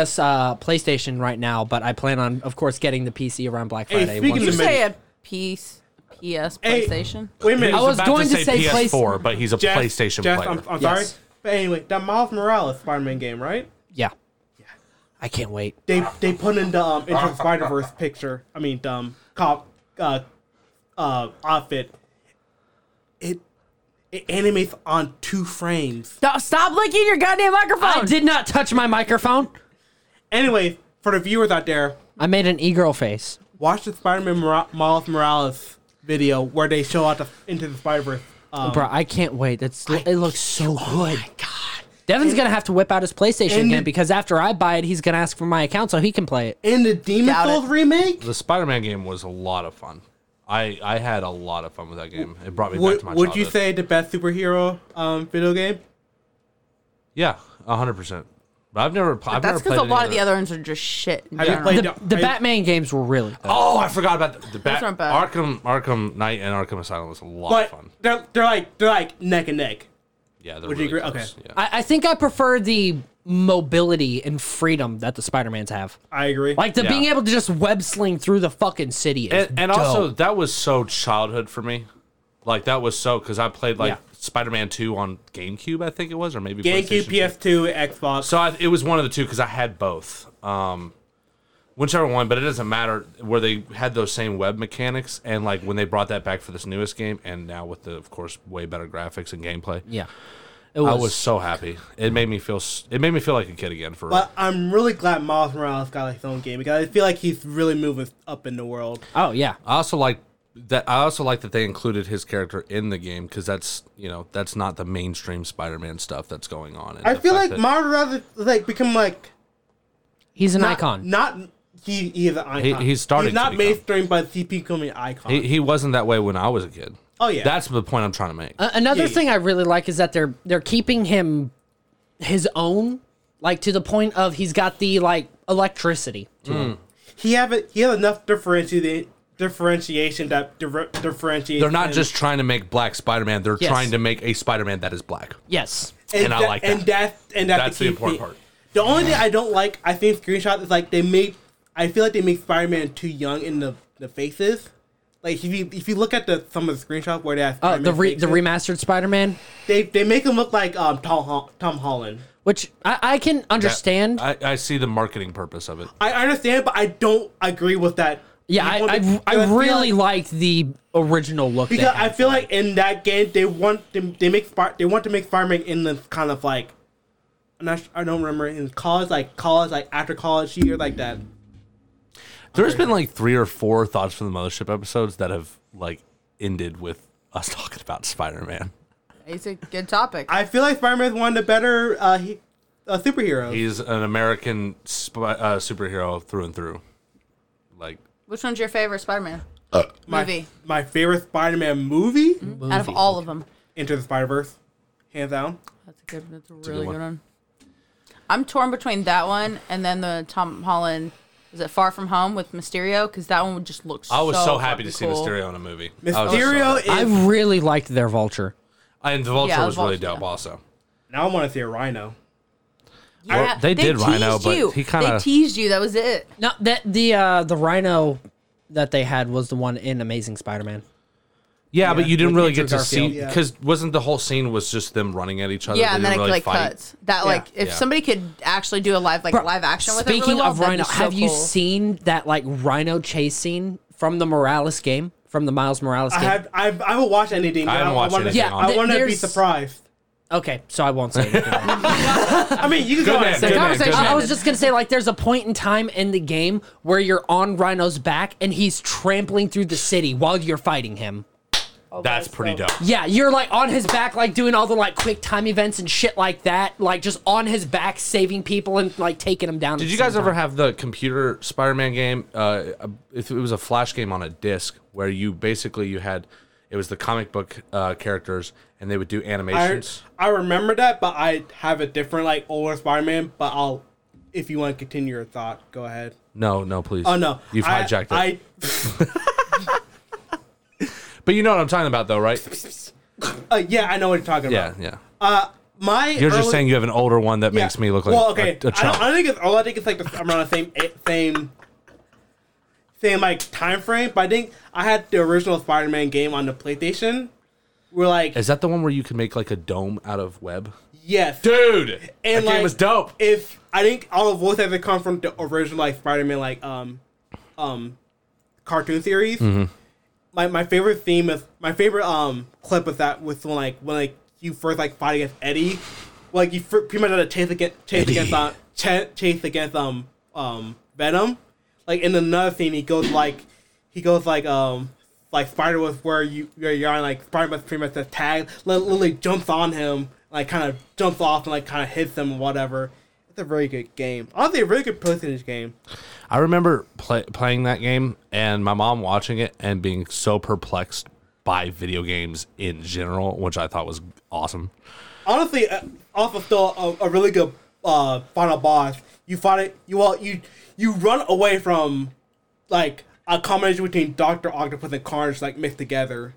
a PS uh, PlayStation right now, but I plan on, of course, getting the PC around Black
Hey,
Friday.
speaking
once
of
it's-
Did you say a piece, PS
Hey,
PlayStation.
Wait a minute.
I was
about
going to say
PS4,
place-
but he's a
Jeff-
PlayStation
Jeff,
player.
I'm, I'm
Yes.
sorry. But anyway, that Miles Morales Spider-Man game, right?
yeah. I can't wait.
They they put in the um, into the Spider-Verse picture. I mean, um, cop uh, uh, outfit. It it animates on two frames.
Stop, stop licking your goddamn microphone.
I did not touch my microphone.
Anyway, for the viewers out there,
I made an e-girl face.
watch the Spider-Man Mora- Miles Morales video where they show out the into the Spider-Verse. Um,
Bro, I can't wait. That's it looks so good. Oh my god. Devin's gonna have to whip out his PlayStation
and-
again because after I buy it, he's gonna ask for my account so he can play it.
in the Demon
Doubt it.
Souls remake,
the Spider-Man game was a lot of fun. I, I had a lot of fun with that game. It brought me back
would,
to my
would you
childhood.
say the best superhero um, video game?
Yeah, hundred percent. But I've never. pl- I've
That's
never
because a
played any
lot of the other ones are just shit. in
Have you
general.
played-
The, the
I-
Batman games were really good.
Oh, I forgot about the, the bat.
aren't bad.
Arkham, Arkham Knight, and Arkham Asylum was a lot of
But
fun.
they're they're like they're like neck and neck.
Yeah, they're
Would you
really
agree?
close,
Okay.
yeah.
I, I think I prefer the mobility and freedom that the Spider-Mans have.
I agree.
Like the
Yeah.
being able to just web sling through the fucking city. Is
and, and
dope.
also that was so childhood for me like that was so because i played like
Yeah.
spider-man 2 on gamecube i think it was or maybe
GameCube,
PlayStation 2.
PS2, Xbox.
so I, it was one of the two because i had both um whichever one but it doesn't matter where they had those same web mechanics and like when they brought that back for this newest game and now with the of course way better graphics and gameplay
yeah, it
i was so happy it made me feel s- it made me feel like a kid again for
but I'm really glad Miles Morales got like, his own game because I feel like he's really moving up in the world.
Oh yeah,
I also like that. I also like that they included his character in the game because that's you know that's not the mainstream Spider-Man stuff that's going on. And
I
the
feel
fact
like
that
Miles Morales like become like
he's an
not,
icon.
Not he, he is an icon.
He- he's starting
He's not
to become.
mainstream, but he's becoming an icon.
he, he wasn't that way when I was a kid.
Oh, yeah.
that's the point I'm trying to make.
A- Another
Yeah, yeah.
thing I really like is that they're they're keeping him his own, like to the point of he's got the like electricity.
he have it. He has enough differentiate differentiation that differ, differentiates.
They're not
him.
just trying to make black Spider-Man. They're
Yes.
trying to make a Spider-Man that is black.
Yes,
and I like
And that and that's,
That's the
key
important
thing.
part.
The only thing I don't like, I think, screenshot is like they made. I feel like they make Spider-Man too young in the the faces. Like if you if you look at the some of the screenshots where they have
uh, the
Spider-Man
re- the
faces,
remastered Spider Man,
they they make him look like um Tom Hol- Tom Holland.
which I, I can
That-
understand.
I, I see the marketing purpose of it.
I understand, but I don't agree with that.
yeah, I
Because
I, I
feel
really
like,
liked the original look. they
because I
had.
feel like in that game they want them they make Spar- they want to make Spider-Man in this kind of like. I'm not, su- I don't remember in college, like college, like after college year, like that.
There's been like three or four thoughts from the mothership episodes that have like ended with us talking about Spider-Man.
it's a good topic.
I feel like Spider Man's one of the better uh, he, uh, superheroes.
He's an American spy, uh, superhero through and through. Like
Which one's your favorite Spider-Man
my,
movie?
my favorite Spider Man movie?
Out of all of them,
Into the Spider Verse, hands down.
Oh,
that's a good. That's a really
a
good,
good
one.
one.
I'm torn between that one and then the Tom Holland. Is it Far From Home with Mysterio? Because that one would just look.
I was so, happy to see
fucking cool.
Mysterio in a movie. I was so
Mysterio
happy.
is.
I really liked their Vulture.
and the Vulture
Yeah, the
was really
Vulture,
dope.
yeah.
Also,
now I want to see a rhino.
Yeah,
Well, they did Rhino,
teased
but
you.
he kinda-
they teased you. That was it.
No, that the uh, the Rhino that they had was the one in Amazing Spider Man.
yeah, but you didn't
with
really
Andrew
get to see
Garfield.
Yeah.
because wasn't the whole scene was just them running at each other?
yeah,
They
and
didn't
then
really
it like
fight?
cuts. That like if
Yeah.
somebody could actually do a live like
Bro,
live action with
Speaking
it. Really well,
of
that'd be
Rhino,
so
have you
cool.
seen that like Rhino chase scene from the Morales game, from the Miles Morales
I
game?
have. I've, I haven't watched anything. but
I haven't watched
I wanna,
anything
Yeah, on it.
I want to be
there's-
surprised.
Okay, so I won't say anything.
I mean, you can go
man,
ahead and
good
say that.
man, good
I, I
man.
was just gonna say, like, there's a point in time in the game where you're on Rhino's back and he's trampling through the city while you're fighting him.
That's pretty dope.
Yeah, you're like on his back, like doing all the like quick time events and shit like that, like just on his back, saving people and like taking them down. at
Did
the
you
same
guys ever
time.
have the computer Spider-Man game? Uh, if it was a flash game on a disc, where you basically you had it was the comic book uh, characters, and they would do
I,
animations.
I remember that, but I have a different like older Spider Man. But I'll, if you want to continue your thought, go ahead.
no, no, please.
Oh no,
you've
I-
hijacked it.
I,
but you know what I'm talking about, though, right?
uh, yeah, I know what you're talking
Yeah,
about.
yeah.
My
You're just
early-
saying you have an older one that
Yeah.
makes me look like
well, okay.
a,
I,
a chump.
don't, I don't think it's all. I think it's like the, I'm around the same eh, same same like time frame. But I think I had the original Spider-Man game on the PlayStation. We're like
Is that the one where you can make like a dome out of web?
yes,
Dude,
and like
dope.
if I think all the voice actors come from the original like Spider-Man like um um cartoon series.
Mm-hmm.
My my favorite theme is my favorite um clip of that was when like when like you first like fight against Eddie, like you fir- pretty much had a chase against chase
Eddie.
against um ch- chase against um um Venom. Like in another scene, he goes like he goes like um. Like Spider was where you where you're on like Spider was pretty much the tag li- literally jumps on him like kind of jumps off and like kind of hits him or whatever. It's a very good game. Honestly, a really good PlayStation game.
I remember play, playing that game and my mom watching it and being so perplexed by video games in general, which I thought was awesome.
honestly, uh, also still a, a really good uh, final boss, you fight it. You all you you run away from like a combination between Doctor Octopus and Carnage like mixed together.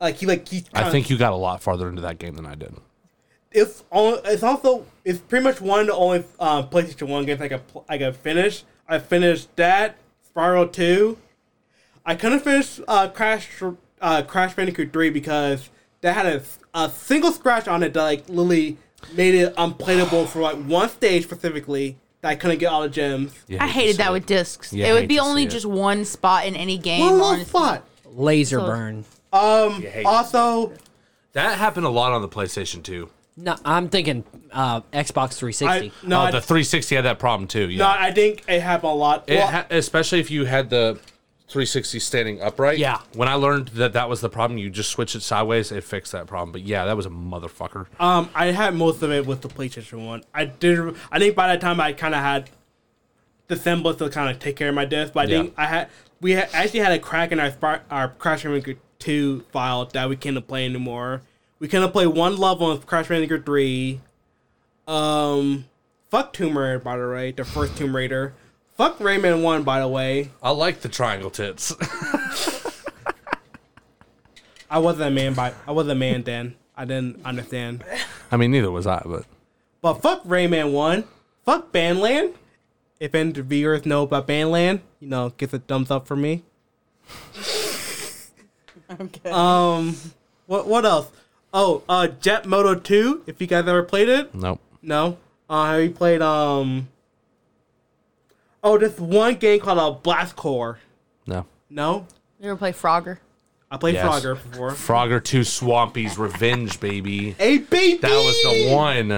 Like he like he.
I think you got a lot farther into that game than I did.
it's only, it's also it's pretty much one of the only uh, PlayStation One games I could pl- I could finish. I finished that Spiral Two. I couldn't finish uh, Crash uh, Crash Bandicoot Three because that had a, a single scratch on it that like literally made it unplayable for like one stage specifically that I couldn't get all the gems.
Yeah,
I
hate to
hated
see
that
it.
with discs.
Yeah, I
it
hate
would be
to see
only
it.
just one spot in any game.
One little
honestly.
spot.
Laser burn.
Um.
hate to
Also,
That happened a lot on the PlayStation 2.
No, I'm thinking uh, Xbox 360.
I no,
uh,
I,
the 360 had that problem too.
no,
Yeah,
I think it happened a lot.
It
Well,
ha- especially if you had the 360 standing upright.
Yeah.
When I learned that that was the problem, you just switch it sideways, it fixed that problem. But yeah, that was a motherfucker.
Um, I had most of it with the PlayStation One. I did. I think by that time I kind of had the semblance to kind of take care of my desk. But I
Yeah.
think I had we had, actually had a crack in our Spar- our Crash Bandicoot Two file that we couldn't play anymore. We couldn't play one level of Crash Bandicoot Three. Um, fuck Tomb Raider, by the way, the first Tomb Raider. Fuck Rayman One, by the way.
I like the triangle tits.
I wasn't a man by I was not a man then. I didn't understand.
I mean, neither was I, but
But fuck Rayman 1. Fuck Banland. If any of viewers know about Banland, you know, get the thumbs up for me.
Okay.
Um, what what else? Oh, uh, Jet Moto 2. If you guys ever played it,
nope.
no. Uh, have you played um? Oh, this one game called uh, Blast Core.
No.
No,
you ever play Frogger?
I played
Yes.
Frogger before.
Frogger 2 Swampy's Revenge, baby.
Hey baby,
That was the one.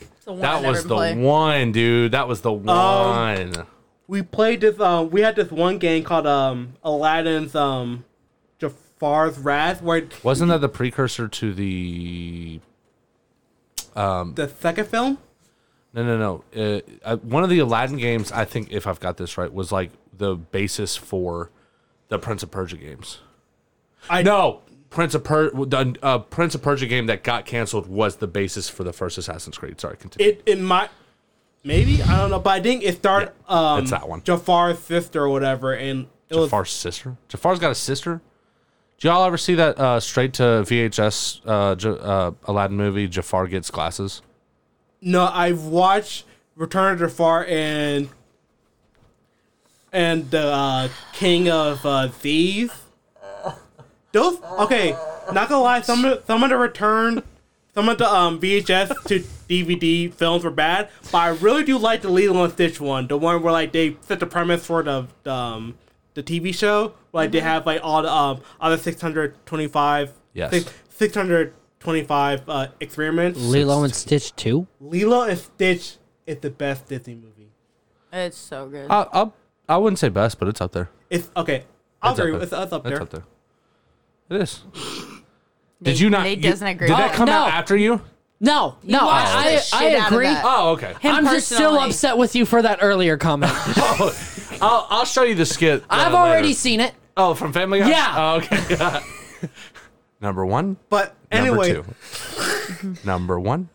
It's the one I
That
never
was the
play.
one, dude. That was the Oh. one.
we played this um we had this one game called um Aladdin's um Jafar's Wrath where
Wasn't that the precursor to the
the second film
No, no, no. Uh, uh, one of the Aladdin games, I think, if I've got this right, was like the basis for the Prince of Persia games.
I
No, Prince of per- the uh, Prince of Persia game that got canceled was the basis for the first Assassin's Creed. Sorry, continue.
it it might maybe I don't know, but I think it started um
it's that one.
Jafar's sister or whatever, and it was
Jafar's sister. Jafar's got a sister. Did y'all ever see that uh, straight to VHS uh, J- uh, Aladdin movie? Jafar gets glasses.
no. I've watched Return of Jafar and and the uh, King of uh, Thieves. Those okay, not gonna lie, some of- some of the Return. Some of the um, VHS to DVD films were bad, but I really do like the Lilo and Stitch one, the one where like they set the premise for the um, the TV show, where like, they have like all the um, other six hundred twenty five,
Yes.
six hundred twenty five uh, experiments.
Lilo and Stitch 2?
Lilo and Stitch is the best Disney movie.
It's so good.
I, I I wouldn't say best, but it's up there.
It's okay. I'll
It's up
agree.
there.
It's, it's up there.
It's up there. It is.
Nate-
Did you not?
Nate
you-
doesn't agree.
Did
Oh,
that come out
no.
after you?
No, no,
watched
I,
the
I,
shit
I
out of
agree.
that.
Oh, okay.
I'm just still
personally.
upset with you for that earlier comment.
I'll, I'll show you the skit. uh,
I've already
later.
seen it.
Oh, from Family Guy.
Yeah.
Oh, okay. number one.
But anyway,
Number two. number one.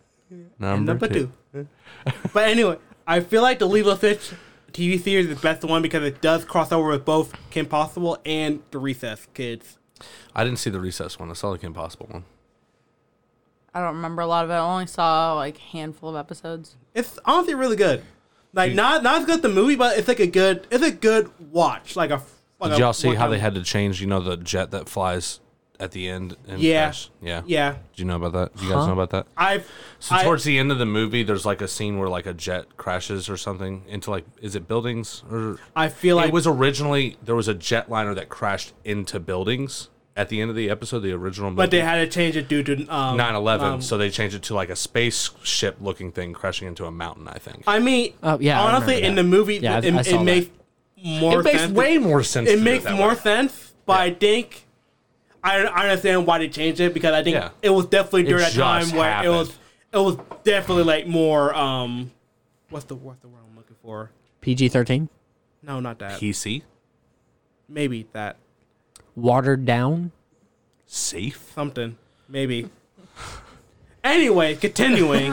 Number,
Number
two.
two. but anyway, I feel like the Lilo Stitch TV series is the best one because it does cross over with both Kim Possible and the Recess Kids.
I didn't see the recess one. I saw the Kim Possible one.
I don't remember a lot of it. I only saw like a handful of episodes.
It's honestly really good. Like
Dude.
not not as good as the movie, but it's like a good it's a good watch. Like a like
Did
a
y'all see how
one-time-
they had to change? You know the jet that flies at the end. And
Yeah.
Yeah.
Yeah,
Do you know about that? Do you guys know about that?
I've
So
I-
towards the end of the movie, there's like a scene where like a jet crashes or something into like is it buildings or
I feel like
it was originally there was a jetliner that crashed into buildings at the end of the episode, the original movie.
but they had to change it due to um,
9/11,
um,
so they changed it to like a spaceship looking thing crashing into a mountain. I think
I mean,
Oh, yeah, I
honestly,
remember
in
that.
the movie,
Yeah, I-
it,
I
it,
saw that.
makes more.
it makes
sense
way more sense. to
it
do
makes
that
more
way.
sense, but I
Yeah.
think I, I understand why they changed it because I think
Yeah.
it was definitely during that
just
time where it was it was definitely like more um what's the what's the word I'm looking for?
PG 13?
No, not that.
PC
Maybe that
Watered down?
safe.
something. Maybe Anyway, continuing.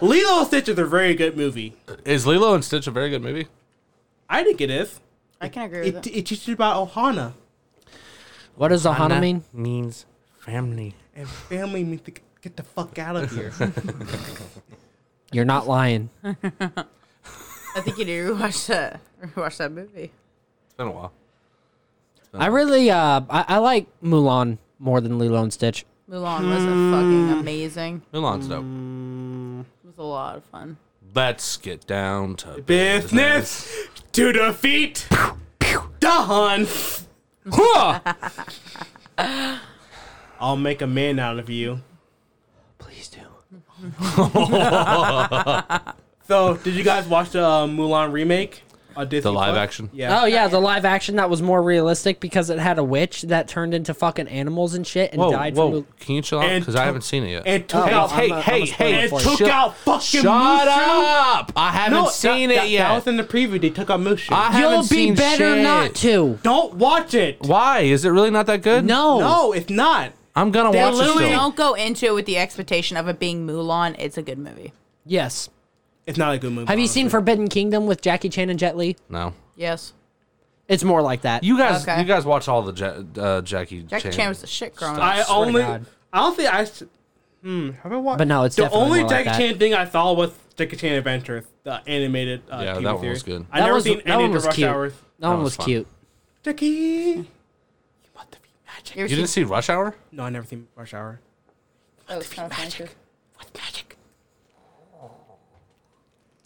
Lilo and Stitch is a very good movie.
Is Lilo and Stitch a very good movie?
I think it is.
I can agree with
It,
that.
it teaches you about Ohana
What does Ohana mean?
means family.
and family means to get the fuck out of here.
You're not lying.
I think you need to watch that, watch that movie.
It's been a while.
I really, uh, I, I like Mulan more than Lilo and Stitch.
Mulan was a
Hmm.
fucking amazing.
Milan's
Mm.
dope.
It was a lot of fun.
Let's get down to
Business to defeat. Done.
Huh!
I'll make a man out of you.
Please do.
So, did you guys watch the uh, Mulan remake? on Disney
live
Plus?
action?
Yeah.
Oh yeah, the live action that was more realistic because it had a witch that turned into fucking animals and shit and
Whoa,
died
whoa!
from.
Can you chill out?
And
Because I
to-
haven't seen it yet.
And took
Oh,
out.
I'm
hey,
not- I'm
hey,
a spoiler
hey!
and
for you.
took
shut-
out fucking
Shut
Mushu.
up! I haven't
that-
seen it
that,
yet.
That was in the preview. They took out Mushu.
I haven't
You'll be
seen
better
shit.
not to.
Don't watch it.
Why? Is it really not that good?
No.
No, it's not.
I'm gonna
They
watch it
literally-
still.
Don't go into it with the expectation of it being Mulan. It's a good movie.
Yes.
It's not a good movie.
Have you seen
honestly.
Forbidden Kingdom with Jackie Chan and Jet Li?
No.
Yes.
It's more like that.
You guys,
Okay.
you guys watch all the ja- uh, Jackie,
Jackie Chan was the shit growing up.
I
swear to
only.
God.
I don't think I. s- Hmm. Have I watched?
But no, it's
the
definitely
only
more like
Jackie
that.
Chan thing I saw was Jackie Chan Adventures, the animated. Uh,
Yeah,
TV
that one was
series.
good.
I
That
never
was-
seen
that
any
one
of the
was
Rush
cute.
Hours.
that one
was
was
fun.
cute.
Jackie, you want to be magic?
You ever
You didn't
seen-
see Rush Hour?
No, I never seen Rush Hour.
that was kind of funny. too.
What's magic?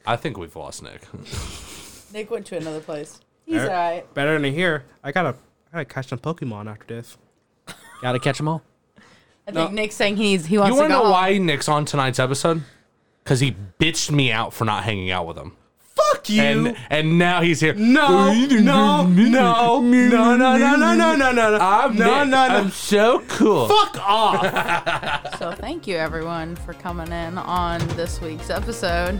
I think we've lost Nick.
Nick went to another place. He's
Alright.
alright.
Better than here. I gotta, I gotta catch some Pokemon after this.
Gotta catch them all.
I
No.
think Nick's saying he needs he wants
you want
to go
to know
home.
why Nick's on tonight's episode? Because he bitched me out for not hanging out with him,
Fuck you.
and and now he's here.
no, no, no, no, no, no, no, no, no, no, no.
I'm
no,
Nick.
no, no.
I'm so cool.
Fuck off.
So thank you everyone for coming in on this week's episode.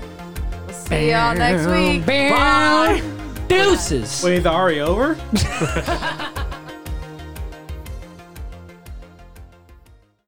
We'll see y'all next week.
Bye. Deuces.
Wait, is it already over?